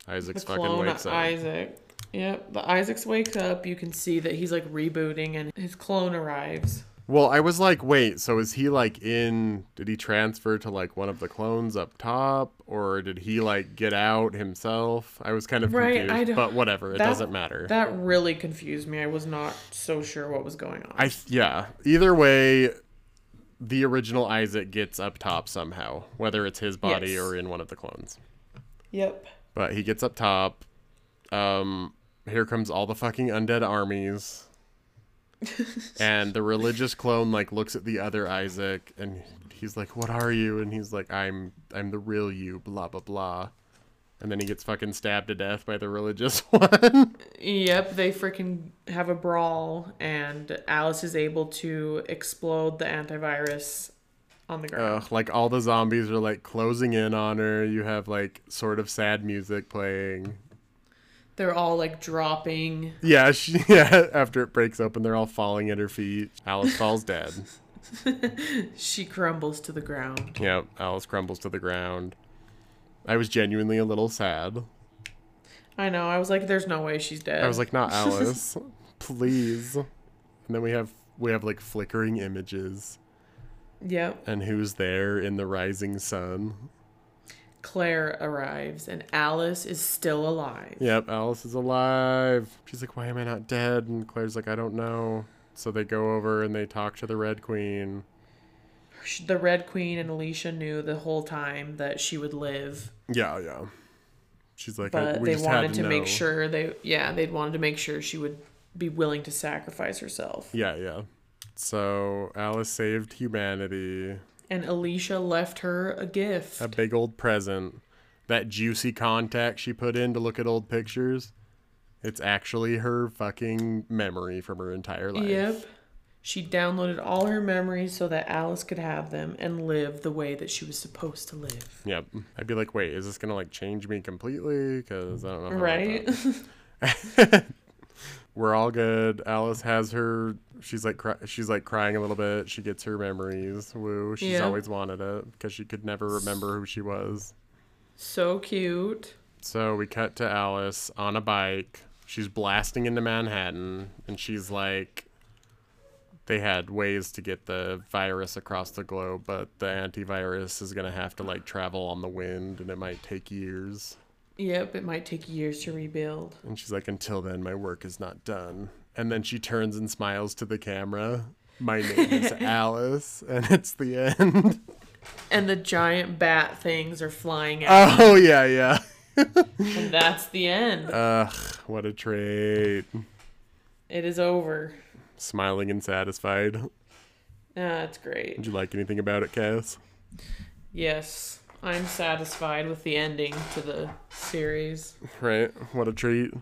Speaker 2: The
Speaker 1: Isaac's fucking
Speaker 2: clone
Speaker 1: wakes up.
Speaker 2: Isaac. Yep, the Isaacs wakes up. You can see that he's like rebooting, and his clone arrives.
Speaker 1: Well, I was like, wait, so is he like in did he transfer to like one of the clones up top or did he like get out himself? I was kind of
Speaker 2: Right,
Speaker 1: confused,
Speaker 2: I don't-
Speaker 1: but whatever, it
Speaker 2: that-
Speaker 1: doesn't matter.
Speaker 2: That really confused me. I was not so sure what was going on.
Speaker 1: I th- yeah, either way the original Isaac gets up top somehow, whether it's his body
Speaker 2: Yes.
Speaker 1: or in one of the clones.
Speaker 2: yep.
Speaker 1: But he gets up top. Um, here comes all the fucking undead armies. and the religious clone like looks at the other Isaac and he's like, "What are you?" And he's like, "I'm I'm the real you, blah blah blah." And then he gets fucking stabbed to death by the religious one.
Speaker 2: Yep, they freaking have a brawl, and Alice is able to explode the antivirus on the ground.
Speaker 1: Ugh, like all the zombies are like closing in on her. You have like sort of sad music playing.
Speaker 2: They're all like dropping.
Speaker 1: Yeah, she, yeah. After it breaks open, they're all falling at her feet. Alice falls dead.
Speaker 2: She crumbles to the ground.
Speaker 1: Yeah, Alice crumbles to the ground. I was genuinely a little sad.
Speaker 2: I know. I was like, there's no way she's dead.
Speaker 1: I was like, not Alice, please. And then we have we have like flickering images
Speaker 2: yep.
Speaker 1: and who's there in the rising sun.
Speaker 2: Claire arrives and Alice is still alive.
Speaker 1: Yep, Alice is alive. She's like, why am I not dead? And Claire's like, I don't know. So they go over and they talk to the Red Queen.
Speaker 2: Sh The Red Queen and Alicia knew the whole time that she would live.
Speaker 1: Yeah, yeah. She's like, I,
Speaker 2: but
Speaker 1: we
Speaker 2: they
Speaker 1: just had
Speaker 2: wanted to make
Speaker 1: know."
Speaker 2: sure they yeah they wanted to make sure she would be willing to sacrifice herself
Speaker 1: Yeah, yeah. So Alice saved humanity.
Speaker 2: and alicia left her a gift
Speaker 1: A big old present. That juicy contact she put in to look at old pictures. It's actually her fucking memory from her entire life.
Speaker 2: yep she downloaded all her memories so that alice could have them and live the way that she was supposed to live
Speaker 1: Yep. I'd be like, wait, is this gonna like change me completely? Because I don't know. if I want
Speaker 2: right
Speaker 1: that. We're all good. Alice has her. She's like, cry, she's like crying a little bit. She gets her memories. Woo. She's
Speaker 2: Yeah.
Speaker 1: always wanted it because she could never remember who she was.
Speaker 2: so cute
Speaker 1: So we cut to Alice on a bike. She's blasting into Manhattan, and she's like, they had ways to get the virus across the globe, but the antivirus is gonna have to like travel on the wind, and it might take years.
Speaker 2: yep it might take years to rebuild
Speaker 1: And she's like, until then, my work is not done. And then she turns and smiles to the camera. My name is Alice, and it's the end.
Speaker 2: and the giant bat things are flying out
Speaker 1: Oh, yeah, yeah.
Speaker 2: and that's the end
Speaker 1: Ugh, what a trait.
Speaker 2: it is over
Speaker 1: Smiling and satisfied.
Speaker 2: that's great
Speaker 1: Did you like anything about it, Cass?
Speaker 2: Yes, I'm satisfied with the ending to the series.
Speaker 1: Right? What a treat.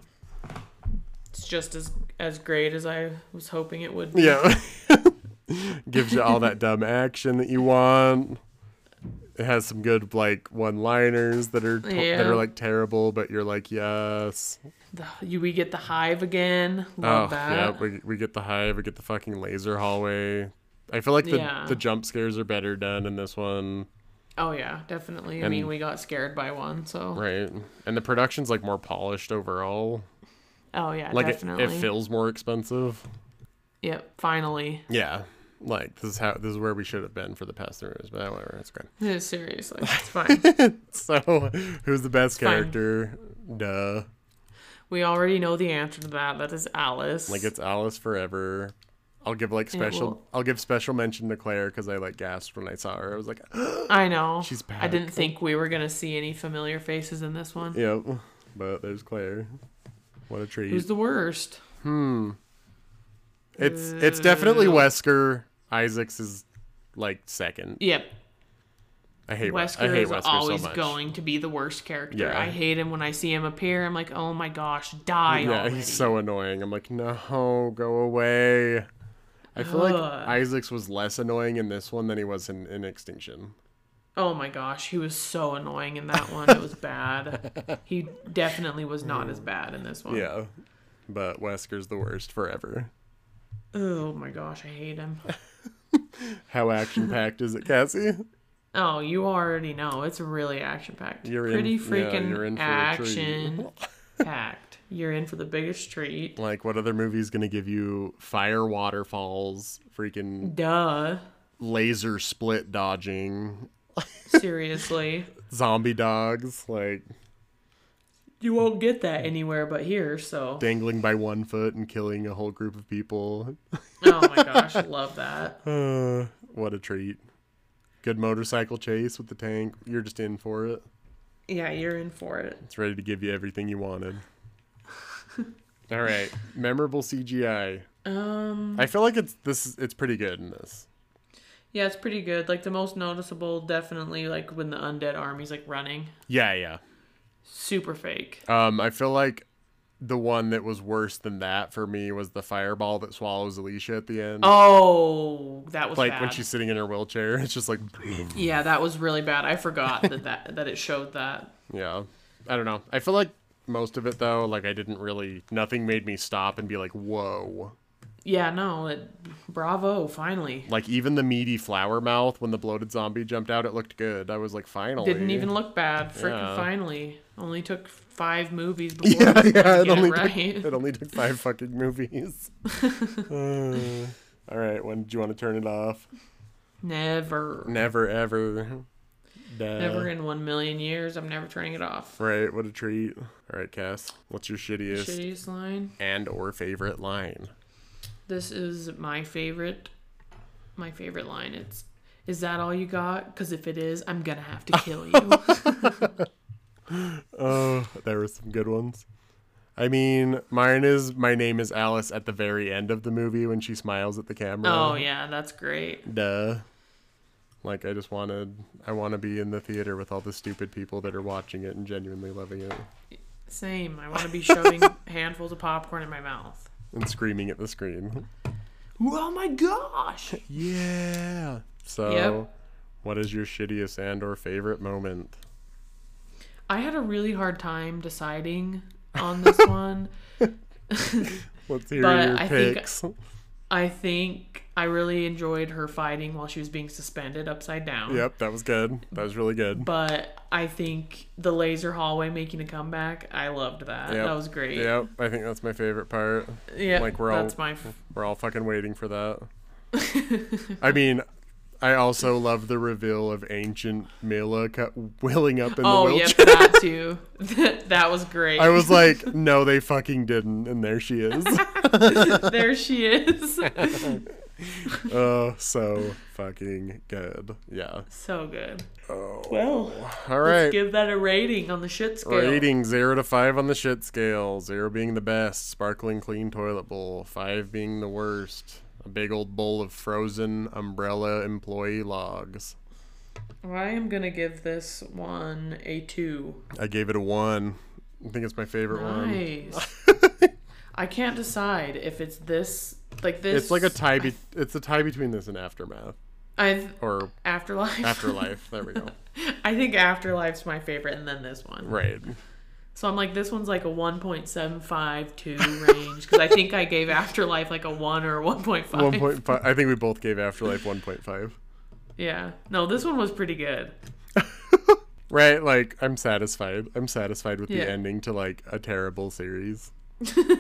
Speaker 2: It's just as as great as I was hoping it would. be.
Speaker 1: Yeah. Gives you all that dumb action that you want. It has some good like one-liners that are t- that
Speaker 2: Yeah.
Speaker 1: are like terrible, but you're like, yes.
Speaker 2: The, you, we get the hive again. Love
Speaker 1: oh,
Speaker 2: that.
Speaker 1: yeah, we, we get the hive, we get the fucking laser hallway. I feel like the,
Speaker 2: Yeah.
Speaker 1: the jump scares are better done in this one,
Speaker 2: oh yeah, definitely. I
Speaker 1: And-
Speaker 2: mean, we got scared by one, so
Speaker 1: right? And the production's like more polished overall.
Speaker 2: oh yeah,
Speaker 1: Like it,
Speaker 2: definitely.
Speaker 1: it feels more expensive.
Speaker 2: Yep, finally.
Speaker 1: Yeah, like this is how this is where we should have been for the past three years, but whatever, it's great.
Speaker 2: Yeah, Seriously, it's fine.
Speaker 1: So, who's the best
Speaker 2: Fine.
Speaker 1: character? Duh.
Speaker 2: we already know the answer to that. That is Alice.
Speaker 1: Like it's Alice forever. I'll give like special.
Speaker 2: well-
Speaker 1: I'll give special mention to Claire because I like gasped when I saw her. I was like,
Speaker 2: I know.
Speaker 1: She's
Speaker 2: I
Speaker 1: back.
Speaker 2: didn't think we were gonna see any familiar faces in this one.
Speaker 1: yep. But there's Claire. What a treat.
Speaker 2: Who's the worst?
Speaker 1: It's it's definitely Wesker. Isaacs is like second.
Speaker 2: Yep,
Speaker 1: I hate Wesker.
Speaker 2: Wesker
Speaker 1: I hate
Speaker 2: is
Speaker 1: Wesker
Speaker 2: always
Speaker 1: so much.
Speaker 2: going to be the worst character.
Speaker 1: Yeah.
Speaker 2: I hate him when I see him appear. I'm like, oh my gosh, die
Speaker 1: yeah,
Speaker 2: already.
Speaker 1: he's so annoying. I'm like, no, go away. I feel like
Speaker 2: Ugh.
Speaker 1: Isaacs was less annoying in this one than he was in, in Extinction.
Speaker 2: oh my gosh, he was so annoying in that one. It was bad. he definitely was not as bad in this one.
Speaker 1: Yeah. But Wesker's the worst forever.
Speaker 2: Oh my gosh, I hate him.
Speaker 1: How action packed is it, Cassie?
Speaker 2: Oh, you already know it's really action packed.
Speaker 1: You're in-
Speaker 2: Pretty
Speaker 1: yeah,
Speaker 2: freaking
Speaker 1: you're in for a treat.
Speaker 2: action packed. You're in for the biggest treat.
Speaker 1: Like, what other movie's gonna give you fire waterfalls, freaking
Speaker 2: Duh.
Speaker 1: laser split dodging,
Speaker 2: Seriously.
Speaker 1: zombie dogs, like
Speaker 2: you won't get that anywhere but here, so.
Speaker 1: dangling by one foot and killing a whole group of people?
Speaker 2: Oh my gosh, love that.
Speaker 1: Uh, what a treat. Good motorcycle chase with the tank. You're just in for it.
Speaker 2: Yeah, you're in for it.
Speaker 1: It's ready to give you everything you wanted. All right. Memorable CGI.
Speaker 2: Um,
Speaker 1: I feel like it's this is- it's pretty good in this.
Speaker 2: yeah, it's pretty good. Like the most noticeable, definitely, like when the undead army's like running,
Speaker 1: Yeah, yeah.
Speaker 2: super fake.
Speaker 1: Um I feel like the one that was worse than that for me was the fireball that swallows Alicia at the end.
Speaker 2: Oh, that was
Speaker 1: like
Speaker 2: bad.
Speaker 1: when she's sitting in her wheelchair, it's just like
Speaker 2: Yeah, that was really bad. I forgot that that that it showed that.
Speaker 1: yeah. I don't know. I feel like most of it though, like I didn't really nothing made me stop and be like, "Whoa."
Speaker 2: Yeah, no, it, bravo, finally.
Speaker 1: Like even the meaty flower mouth when the bloated zombie jumped out, it looked good. I was like, "Finally."
Speaker 2: Didn't even look bad. Freaking
Speaker 1: Yeah.
Speaker 2: finally. Only took five movies before
Speaker 1: yeah,
Speaker 2: this one
Speaker 1: yeah.
Speaker 2: to
Speaker 1: It
Speaker 2: get
Speaker 1: only,
Speaker 2: it right.
Speaker 1: took, it only took five fucking movies. Uh, all right, when do you want to turn it off?
Speaker 2: Never.
Speaker 1: Never ever. Duh.
Speaker 2: Never in one million years. I'm never turning it off.
Speaker 1: Right, what a treat. All right, Cass, what's your shittiest
Speaker 2: Shittiest line.
Speaker 1: and or favorite line?
Speaker 2: This is my favorite. My favorite line. It's is that all you got? Because if it is, I'm gonna have to kill you.
Speaker 1: Oh, there were some good ones. I mean, mine is my name is Alice at the very end of the movie when she smiles at the camera.
Speaker 2: Oh yeah, that's great.
Speaker 1: Duh. Like I just wanted I want to be in the theater with all the stupid people that are watching it and genuinely loving it
Speaker 2: Same. I want to be shoving handfuls of popcorn in my mouth.
Speaker 1: and screaming at the screen.
Speaker 2: Oh my gosh!
Speaker 1: Yeah. So,
Speaker 2: Yep.
Speaker 1: what is your shittiest and or favorite moment?
Speaker 2: I had a really hard time deciding on this one.
Speaker 1: Let's hear
Speaker 2: But
Speaker 1: your
Speaker 2: I think-
Speaker 1: picks.
Speaker 2: I think I really enjoyed her fighting while she was being suspended upside down.
Speaker 1: yep, that was good. That was really good.
Speaker 2: But I think the laser hallway making a comeback, I loved that.
Speaker 1: Yep.
Speaker 2: That was great.
Speaker 1: Yep, I think that's my favorite part.
Speaker 2: Yeah,
Speaker 1: Like, we're all-
Speaker 2: that's my. F-
Speaker 1: We're all fucking waiting for that. I mean, I also love the reveal of ancient Mila cu- willing up in
Speaker 2: oh
Speaker 1: the
Speaker 2: yeah,
Speaker 1: wheelchair.
Speaker 2: that too. that was great.
Speaker 1: I was like, no, they fucking didn't, and there she is.
Speaker 2: there she is.
Speaker 1: Oh, so fucking good. Yeah.
Speaker 2: so good.
Speaker 1: Oh.
Speaker 2: Well,
Speaker 1: All
Speaker 2: let's
Speaker 1: right.
Speaker 2: give that a rating on the shit scale.
Speaker 1: Rating zero to five on the shit scale. Zero being the best, sparkling clean toilet bowl. Five being the worst, a big old bowl of frozen umbrella employee logs.
Speaker 2: I am gonna give this one a two.
Speaker 1: I gave it a one. I think it's my favorite one.
Speaker 2: Nice. I can't decide if it's this like this.
Speaker 1: It's like a tie. Be- it's a tie between this and aftermath
Speaker 2: I've
Speaker 1: or
Speaker 2: afterlife.
Speaker 1: afterlife. there we go.
Speaker 2: I think afterlife's my favorite, and then this one.
Speaker 1: Right.
Speaker 2: So I'm like, this one's like a 1.752 range because I think I gave afterlife like a one or a 1.5.
Speaker 1: One point five. I think we both gave afterlife one point five.
Speaker 2: Yeah. No, this one was pretty good.
Speaker 1: Right. Like I'm satisfied. I'm satisfied with
Speaker 2: Yeah.
Speaker 1: the ending to like a terrible series.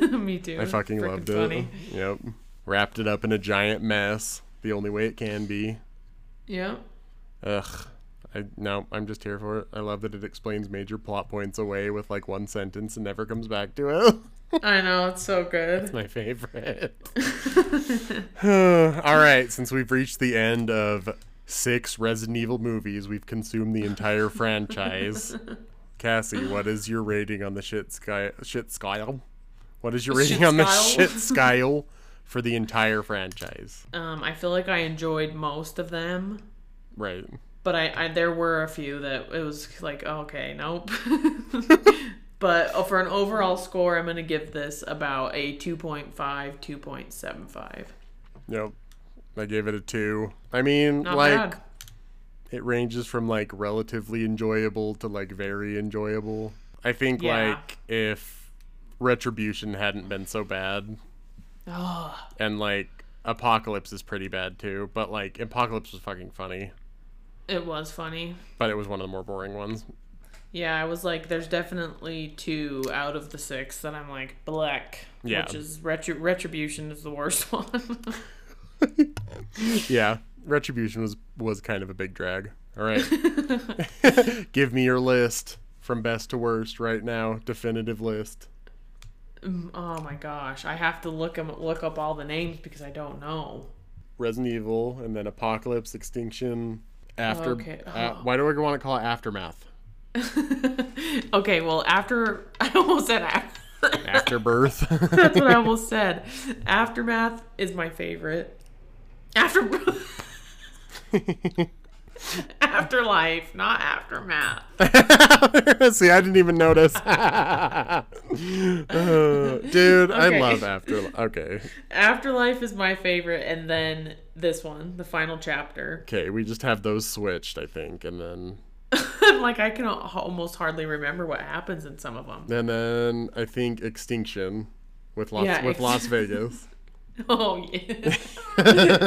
Speaker 2: Me too.
Speaker 1: I fucking loved it. Yep. Wrapped it up in a giant mess. The only way it can be.
Speaker 2: Yeah.
Speaker 1: Ugh. I no, I'm just here for it. I love that it explains major plot points away with like one sentence and never comes back to it.
Speaker 2: I know it's so good.
Speaker 1: My favorite. All right, since we've reached the end of six Resident Evil movies, we've consumed the entire franchise. Cassie, what is your rating on the shit sky shit scale? What is your rating
Speaker 2: shit
Speaker 1: on the
Speaker 2: scale?
Speaker 1: shit scale for the entire franchise?
Speaker 2: Um, I feel like I enjoyed most of them,
Speaker 1: Right.
Speaker 2: but I, I there were a few that it was like okay, nope. but oh, for an overall score, I'm gonna give this about a 2.5, 2.75.
Speaker 1: Yep. I gave it a two. I mean,
Speaker 2: Not
Speaker 1: like
Speaker 2: bad.
Speaker 1: it ranges from like relatively enjoyable to like very enjoyable. I think
Speaker 2: Yeah.
Speaker 1: like if Retribution hadn't been so bad
Speaker 2: Oh,
Speaker 1: and like Apocalypse is pretty bad too, but like Apocalypse was fucking funny,
Speaker 2: it was funny.
Speaker 1: but it was one of the more boring ones.
Speaker 2: Yeah, I was like, there's definitely two out of the six that I'm like, black.
Speaker 1: Yeah.
Speaker 2: Which is retri- retribution is the worst one.
Speaker 1: Yeah, Retribution was was kind of a big drag. All right. Give me your list from best to worst right now, definitive list.
Speaker 2: Mm, oh my gosh, I have to look 'em- look up all the names because I don't know.
Speaker 1: Resident Evil, and then Apocalypse, Extinction, After.
Speaker 2: Okay.
Speaker 1: uh, why do I want to call it Aftermath?
Speaker 2: okay, well after I almost said after.
Speaker 1: Afterbirth.
Speaker 2: That's what I almost said. Aftermath is my favorite. After afterlife, not aftermath.
Speaker 1: See, I didn't even notice. Uh, dude, I
Speaker 2: Okay.
Speaker 1: love Afterlife. Okay.
Speaker 2: Afterlife is my favorite, and then this one, the final chapter.
Speaker 1: Okay, we just have those switched, I think, and then
Speaker 2: I'm like I can al- almost hardly remember what happens in some of them.
Speaker 1: and then I think Extinction with Las
Speaker 2: Yeah,
Speaker 1: with
Speaker 2: Ex-
Speaker 1: Las Vegas.
Speaker 2: Oh yeah,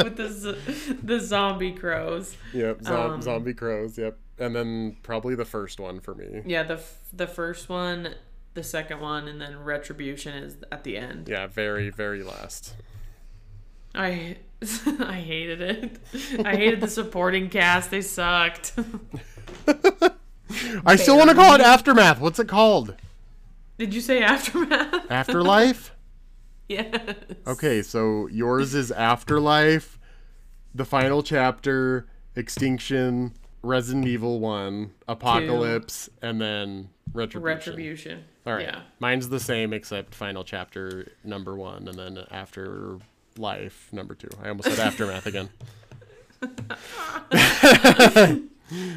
Speaker 2: with the z- the zombie crows.
Speaker 1: Yep, zo-
Speaker 2: Um,
Speaker 1: Zombie Crows. Yep, and then probably the first one for me.
Speaker 2: Yeah, the f- the first one, the second one, and then retribution is at the end.
Speaker 1: Yeah, very very last.
Speaker 2: I I hated it. I hated the supporting cast. They sucked.
Speaker 1: I still want to call it Aftermath. What's it called?
Speaker 2: Did you say aftermath?
Speaker 1: Afterlife?
Speaker 2: yes.
Speaker 1: Ah. okay, so yours is Afterlife, the final chapter, Extinction, Resident Evil 1, Apocalypse, and then Retribution.
Speaker 2: Retribution.
Speaker 1: All right.
Speaker 2: Yeah.
Speaker 1: Mine's the same except final chapter number 1 and then after life number 2. I almost said aftermath again.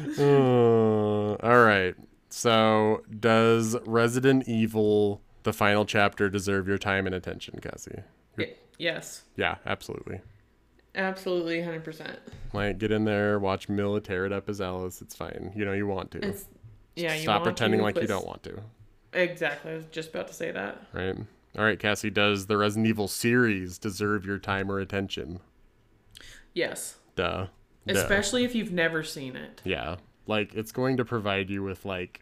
Speaker 1: Uh, all right. So, does Resident Evil the final chapter deserve your time and attention, Cassie?
Speaker 2: Y- yes.
Speaker 1: Yeah, absolutely.
Speaker 2: Absolutely 100%.
Speaker 1: Like get in there, watch Mila tear it up as Alice. It's fine. You know you want to.
Speaker 2: It's yeah, you
Speaker 1: Stop
Speaker 2: want
Speaker 1: pretending
Speaker 2: to,
Speaker 1: like you
Speaker 2: but-
Speaker 1: don't want to.
Speaker 2: Exactly. I was just about to say that.
Speaker 1: Right. All right, Cassie. Does the Resident Evil series deserve your time or attention?
Speaker 2: Yes.
Speaker 1: Duh. Duh.
Speaker 2: Especially if you've never seen it.
Speaker 1: Yeah. Like it's going to provide you with like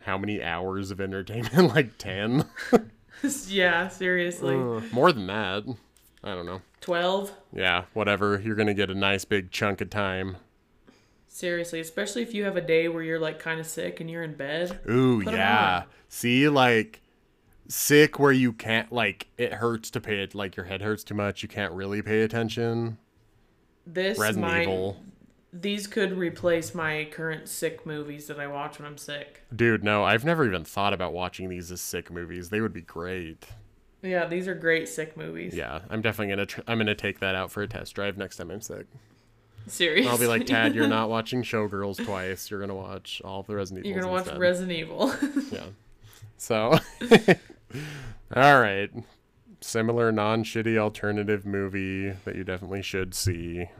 Speaker 1: how many hours of entertainment? like ten.
Speaker 2: yeah, seriously.
Speaker 1: More than that. I don't know.
Speaker 2: 12.
Speaker 1: Yeah, whatever. You're gonna get a nice big chunk of time.
Speaker 2: Seriously, especially if you have a day where you're like kind of sick and you're in bed.
Speaker 1: Ooh,
Speaker 2: Put 'em
Speaker 1: yeah.
Speaker 2: on.
Speaker 1: See, like sick where you can't like it hurts to pay it like your head hurts too much. You can't really pay attention.
Speaker 2: This
Speaker 1: Resident
Speaker 2: might
Speaker 1: Evil.
Speaker 2: these could replace my current sick movies that I watch when I'm sick.
Speaker 1: Dude, no, I've never even thought about watching these as sick movies. They would be great.
Speaker 2: Yeah, these are great sick movies.
Speaker 1: Yeah, I'm definitely gonna tr- I'm gonna take that out for a test drive next time I'm sick.
Speaker 2: Seriously.
Speaker 1: I'll be like, Tad, you're not watching Showgirls twice. You're gonna watch all of the Resident Evil.
Speaker 2: You're gonna watch Resident Evil.
Speaker 1: Yeah. So, all right. Similar non shitty alternative movie that you definitely should see,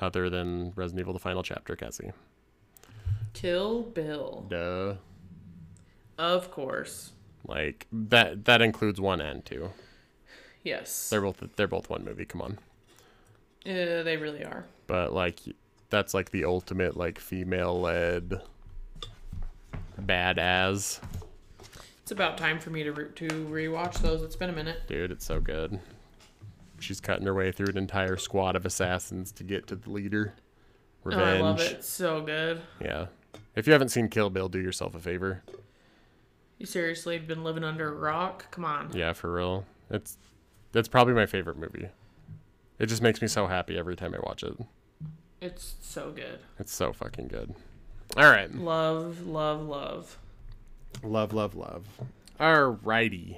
Speaker 1: other than Resident Evil The Final Chapter, Cassie.
Speaker 2: Kill Bill.
Speaker 1: Duh.
Speaker 2: Of course.
Speaker 1: Like that. That includes one and two.
Speaker 2: Yes.
Speaker 1: They're both. They're both one movie. Come on.
Speaker 2: Uh, they really are.
Speaker 1: But like, that's like the ultimate like female led badass
Speaker 2: It's about time for me to re- to rewatch those. It's been a minute.
Speaker 1: dude. It's so good. She's cutting her way through an entire squad of assassins to get to the leader.
Speaker 2: Oh,
Speaker 1: Revenge.
Speaker 2: I love it. It's so good.
Speaker 1: Yeah. If you haven't seen Kill Bill, do yourself a favor.
Speaker 2: You seriously have been living under a rock? Come on.
Speaker 1: Yeah, for real. It's that's probably my favorite movie. It just makes me so happy every time I watch it.
Speaker 2: It's so good.
Speaker 1: It's so fucking good. All right.
Speaker 2: Love, love, love.
Speaker 1: Love, love, love. Alrighty.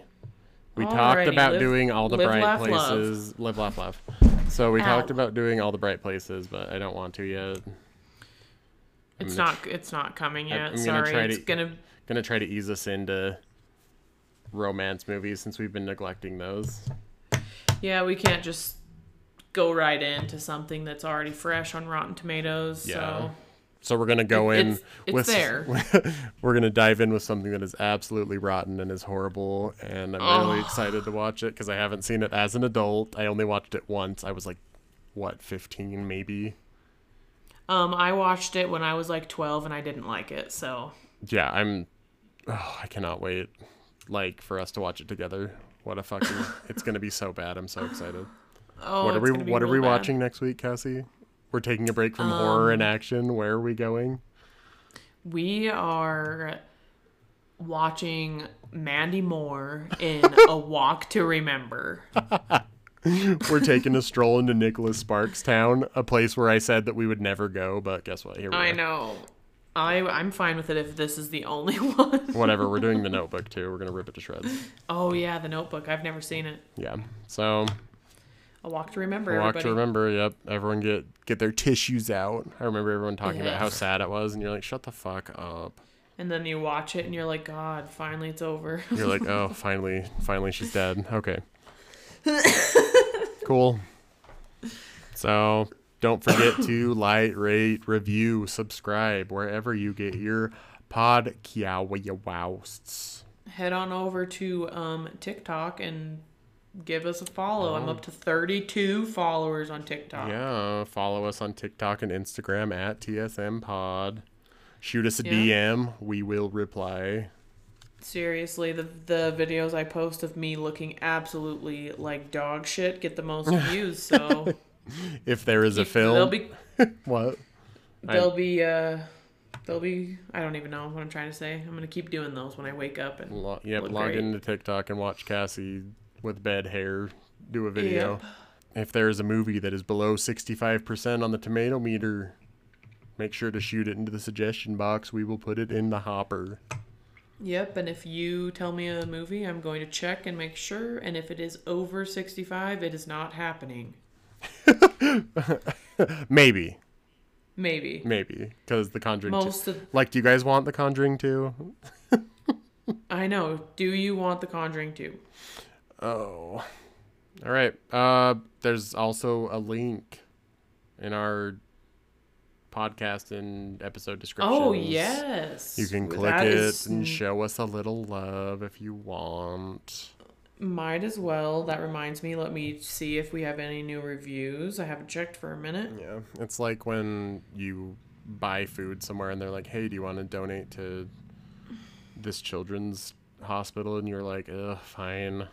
Speaker 1: We talked
Speaker 2: Alrighty,
Speaker 1: about
Speaker 2: live-
Speaker 1: doing all the
Speaker 2: live,
Speaker 1: bright
Speaker 2: laugh, love.
Speaker 1: places. Live, laugh, love. So we
Speaker 2: Ow.
Speaker 1: talked about doing all the bright places, but I don't want to yet.
Speaker 2: It's
Speaker 1: gonna
Speaker 2: not it's not coming yet.
Speaker 1: I'm gonna
Speaker 2: Sorry.
Speaker 1: try
Speaker 2: it's
Speaker 1: to-
Speaker 2: gonna
Speaker 1: Gonna try to ease us into romance movies since we've been neglecting those.
Speaker 2: Yeah, we can't just go right into something that's already fresh on Rotten Tomatoes.
Speaker 1: Yeah.
Speaker 2: So
Speaker 1: So we're gonna go in
Speaker 2: It's- it's
Speaker 1: with
Speaker 2: there.
Speaker 1: we're gonna dive in with something that is absolutely rotten and is horrible, and I'm really excited to watch it because I haven't seen it as an adult. I only watched it once. I was like, what, 15 maybe?
Speaker 2: um I watched it when I was like 12 and I didn't like it. So
Speaker 1: Yeah, I'm. Oh, I cannot wait, like for us to watch it together. What a fucking! it's gonna be so bad. I'm so excited.
Speaker 2: Oh,
Speaker 1: what are
Speaker 2: it's
Speaker 1: we
Speaker 2: gonna be
Speaker 1: What are
Speaker 2: real
Speaker 1: we
Speaker 2: bad. Um.
Speaker 1: watching next week, Cassie? We're taking a break from horror and action. Where are we going?
Speaker 2: We are watching Mandy Moore in A Walk to Remember.
Speaker 1: We're taking a stroll into Nicholas Sparks Town, a place where I said that we would never go, but guess what? Here we
Speaker 2: I
Speaker 1: are.
Speaker 2: know. I I'm fine with it if this is the only one.
Speaker 1: Whatever, we're doing the notebook too. We're gonna rip it to shreds.
Speaker 2: Oh yeah, The Notebook. I've never seen it.
Speaker 1: Yeah. So
Speaker 2: A Walk to Remember.
Speaker 1: walk
Speaker 2: Everybody.
Speaker 1: to remember, yep. Everyone get get their tissues out. I remember everyone talking about how
Speaker 2: Yes.
Speaker 1: sad it was, and you're like, shut the fuck up.
Speaker 2: And then you watch it and you're like, God, finally it's over.
Speaker 1: You're like, oh, finally, finally she's dead. Okay. cool. So don't forget to like, rate, review, subscribe wherever you get your pod
Speaker 2: Head on over to um, TikTok and give us a follow. I'm up to 32 followers on TikTok.
Speaker 1: Oh. Yeah, follow us on TikTok and Instagram at TSM Pod. Shoot us a
Speaker 2: Yeah.
Speaker 1: DM. We will reply.
Speaker 2: Seriously, the the videos I post of me looking absolutely like dog shit get the most views. So
Speaker 1: If there is a film.
Speaker 2: they'll be
Speaker 1: what?
Speaker 2: they'll be uh they'll be I don't even know what I'm trying to say. I'm gonna keep doing those when I wake up and
Speaker 1: Lo- yep,
Speaker 2: Look
Speaker 1: log
Speaker 2: great.
Speaker 1: into TikTok and watch Cassie with bed hair do a video. If there is a movie that is below 65% on the tomato meter, Make sure to shoot it into the suggestion box. We will put it in the hopper.
Speaker 2: Yep, and if you tell me a movie, I'm going to check and make sure. And if it is over 65, it is not happening.
Speaker 1: Maybe,
Speaker 2: Maybe.
Speaker 1: maybe, because the Conjuring. two-
Speaker 2: Most of.
Speaker 1: like, do you guys want the Conjuring too?
Speaker 2: I know. Do you want The Conjuring 2?
Speaker 1: Oh, all right. Uh, there's also a link in our podcast and episode description.
Speaker 2: Oh, yes.
Speaker 1: You can click
Speaker 2: That
Speaker 1: it
Speaker 2: is-
Speaker 1: and show us a little love if you want.
Speaker 2: Might as well. That reminds me. Let me see if we have any new reviews. I haven't checked for a minute.
Speaker 1: Yeah, it's like when you buy food somewhere and they're like, "Hey, do you want to donate to this children's hospital?" And you're like, "Ugh, fine."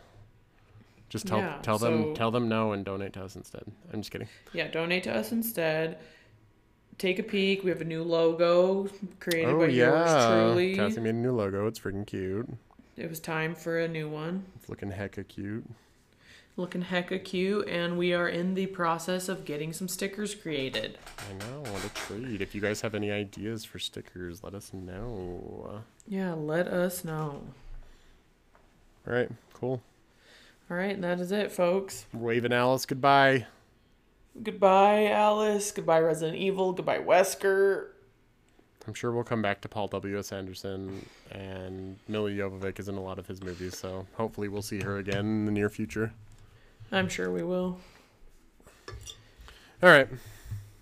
Speaker 1: Just tell
Speaker 2: Yeah,
Speaker 1: tell them
Speaker 2: so-
Speaker 1: tell them no and donate to us instead. I'm just kidding.
Speaker 2: Yeah, donate to us instead. Take a peek. We have a new logo created by yours truly.
Speaker 1: Oh, Cassie made a new logo. It's freaking cute.
Speaker 2: It was time for a new one.
Speaker 1: It's looking hecka cute.
Speaker 2: Looking hecka cute, and we are in the process of getting some stickers created.
Speaker 1: I know. What a treat. If you guys have any ideas for stickers, let us know.
Speaker 2: Yeah, let us know.
Speaker 1: All right. Cool.
Speaker 2: All right, and that is it, folks.
Speaker 1: Waving Alice goodbye.
Speaker 2: Goodbye, Alice. Goodbye, Resident Evil. Goodbye, Wesker.
Speaker 1: I'm sure we'll come back to Paul W. S. Anderson and Millie Jovovich is in a lot of his movies, so hopefully we'll see her again in the near future.
Speaker 2: I'm sure we will.
Speaker 1: All right,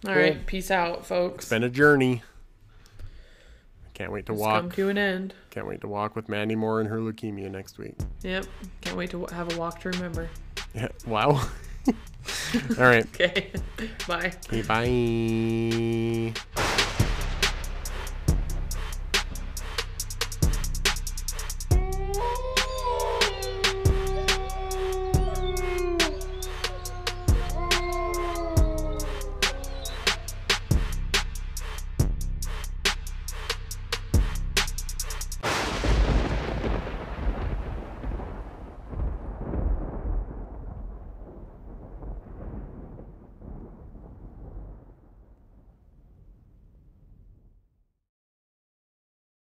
Speaker 2: All right,
Speaker 1: Cool.
Speaker 2: peace out, folks.
Speaker 1: it's been a journey. Can't wait to
Speaker 2: It's
Speaker 1: walk.
Speaker 2: come to an end.
Speaker 1: Can't wait to walk with Mandy Moore and her leukemia next week.
Speaker 2: Yep. Can't wait to w- have a walk to remember.
Speaker 1: Yeah. Wow. All right.
Speaker 2: Okay. Bye.
Speaker 1: Okay, bye.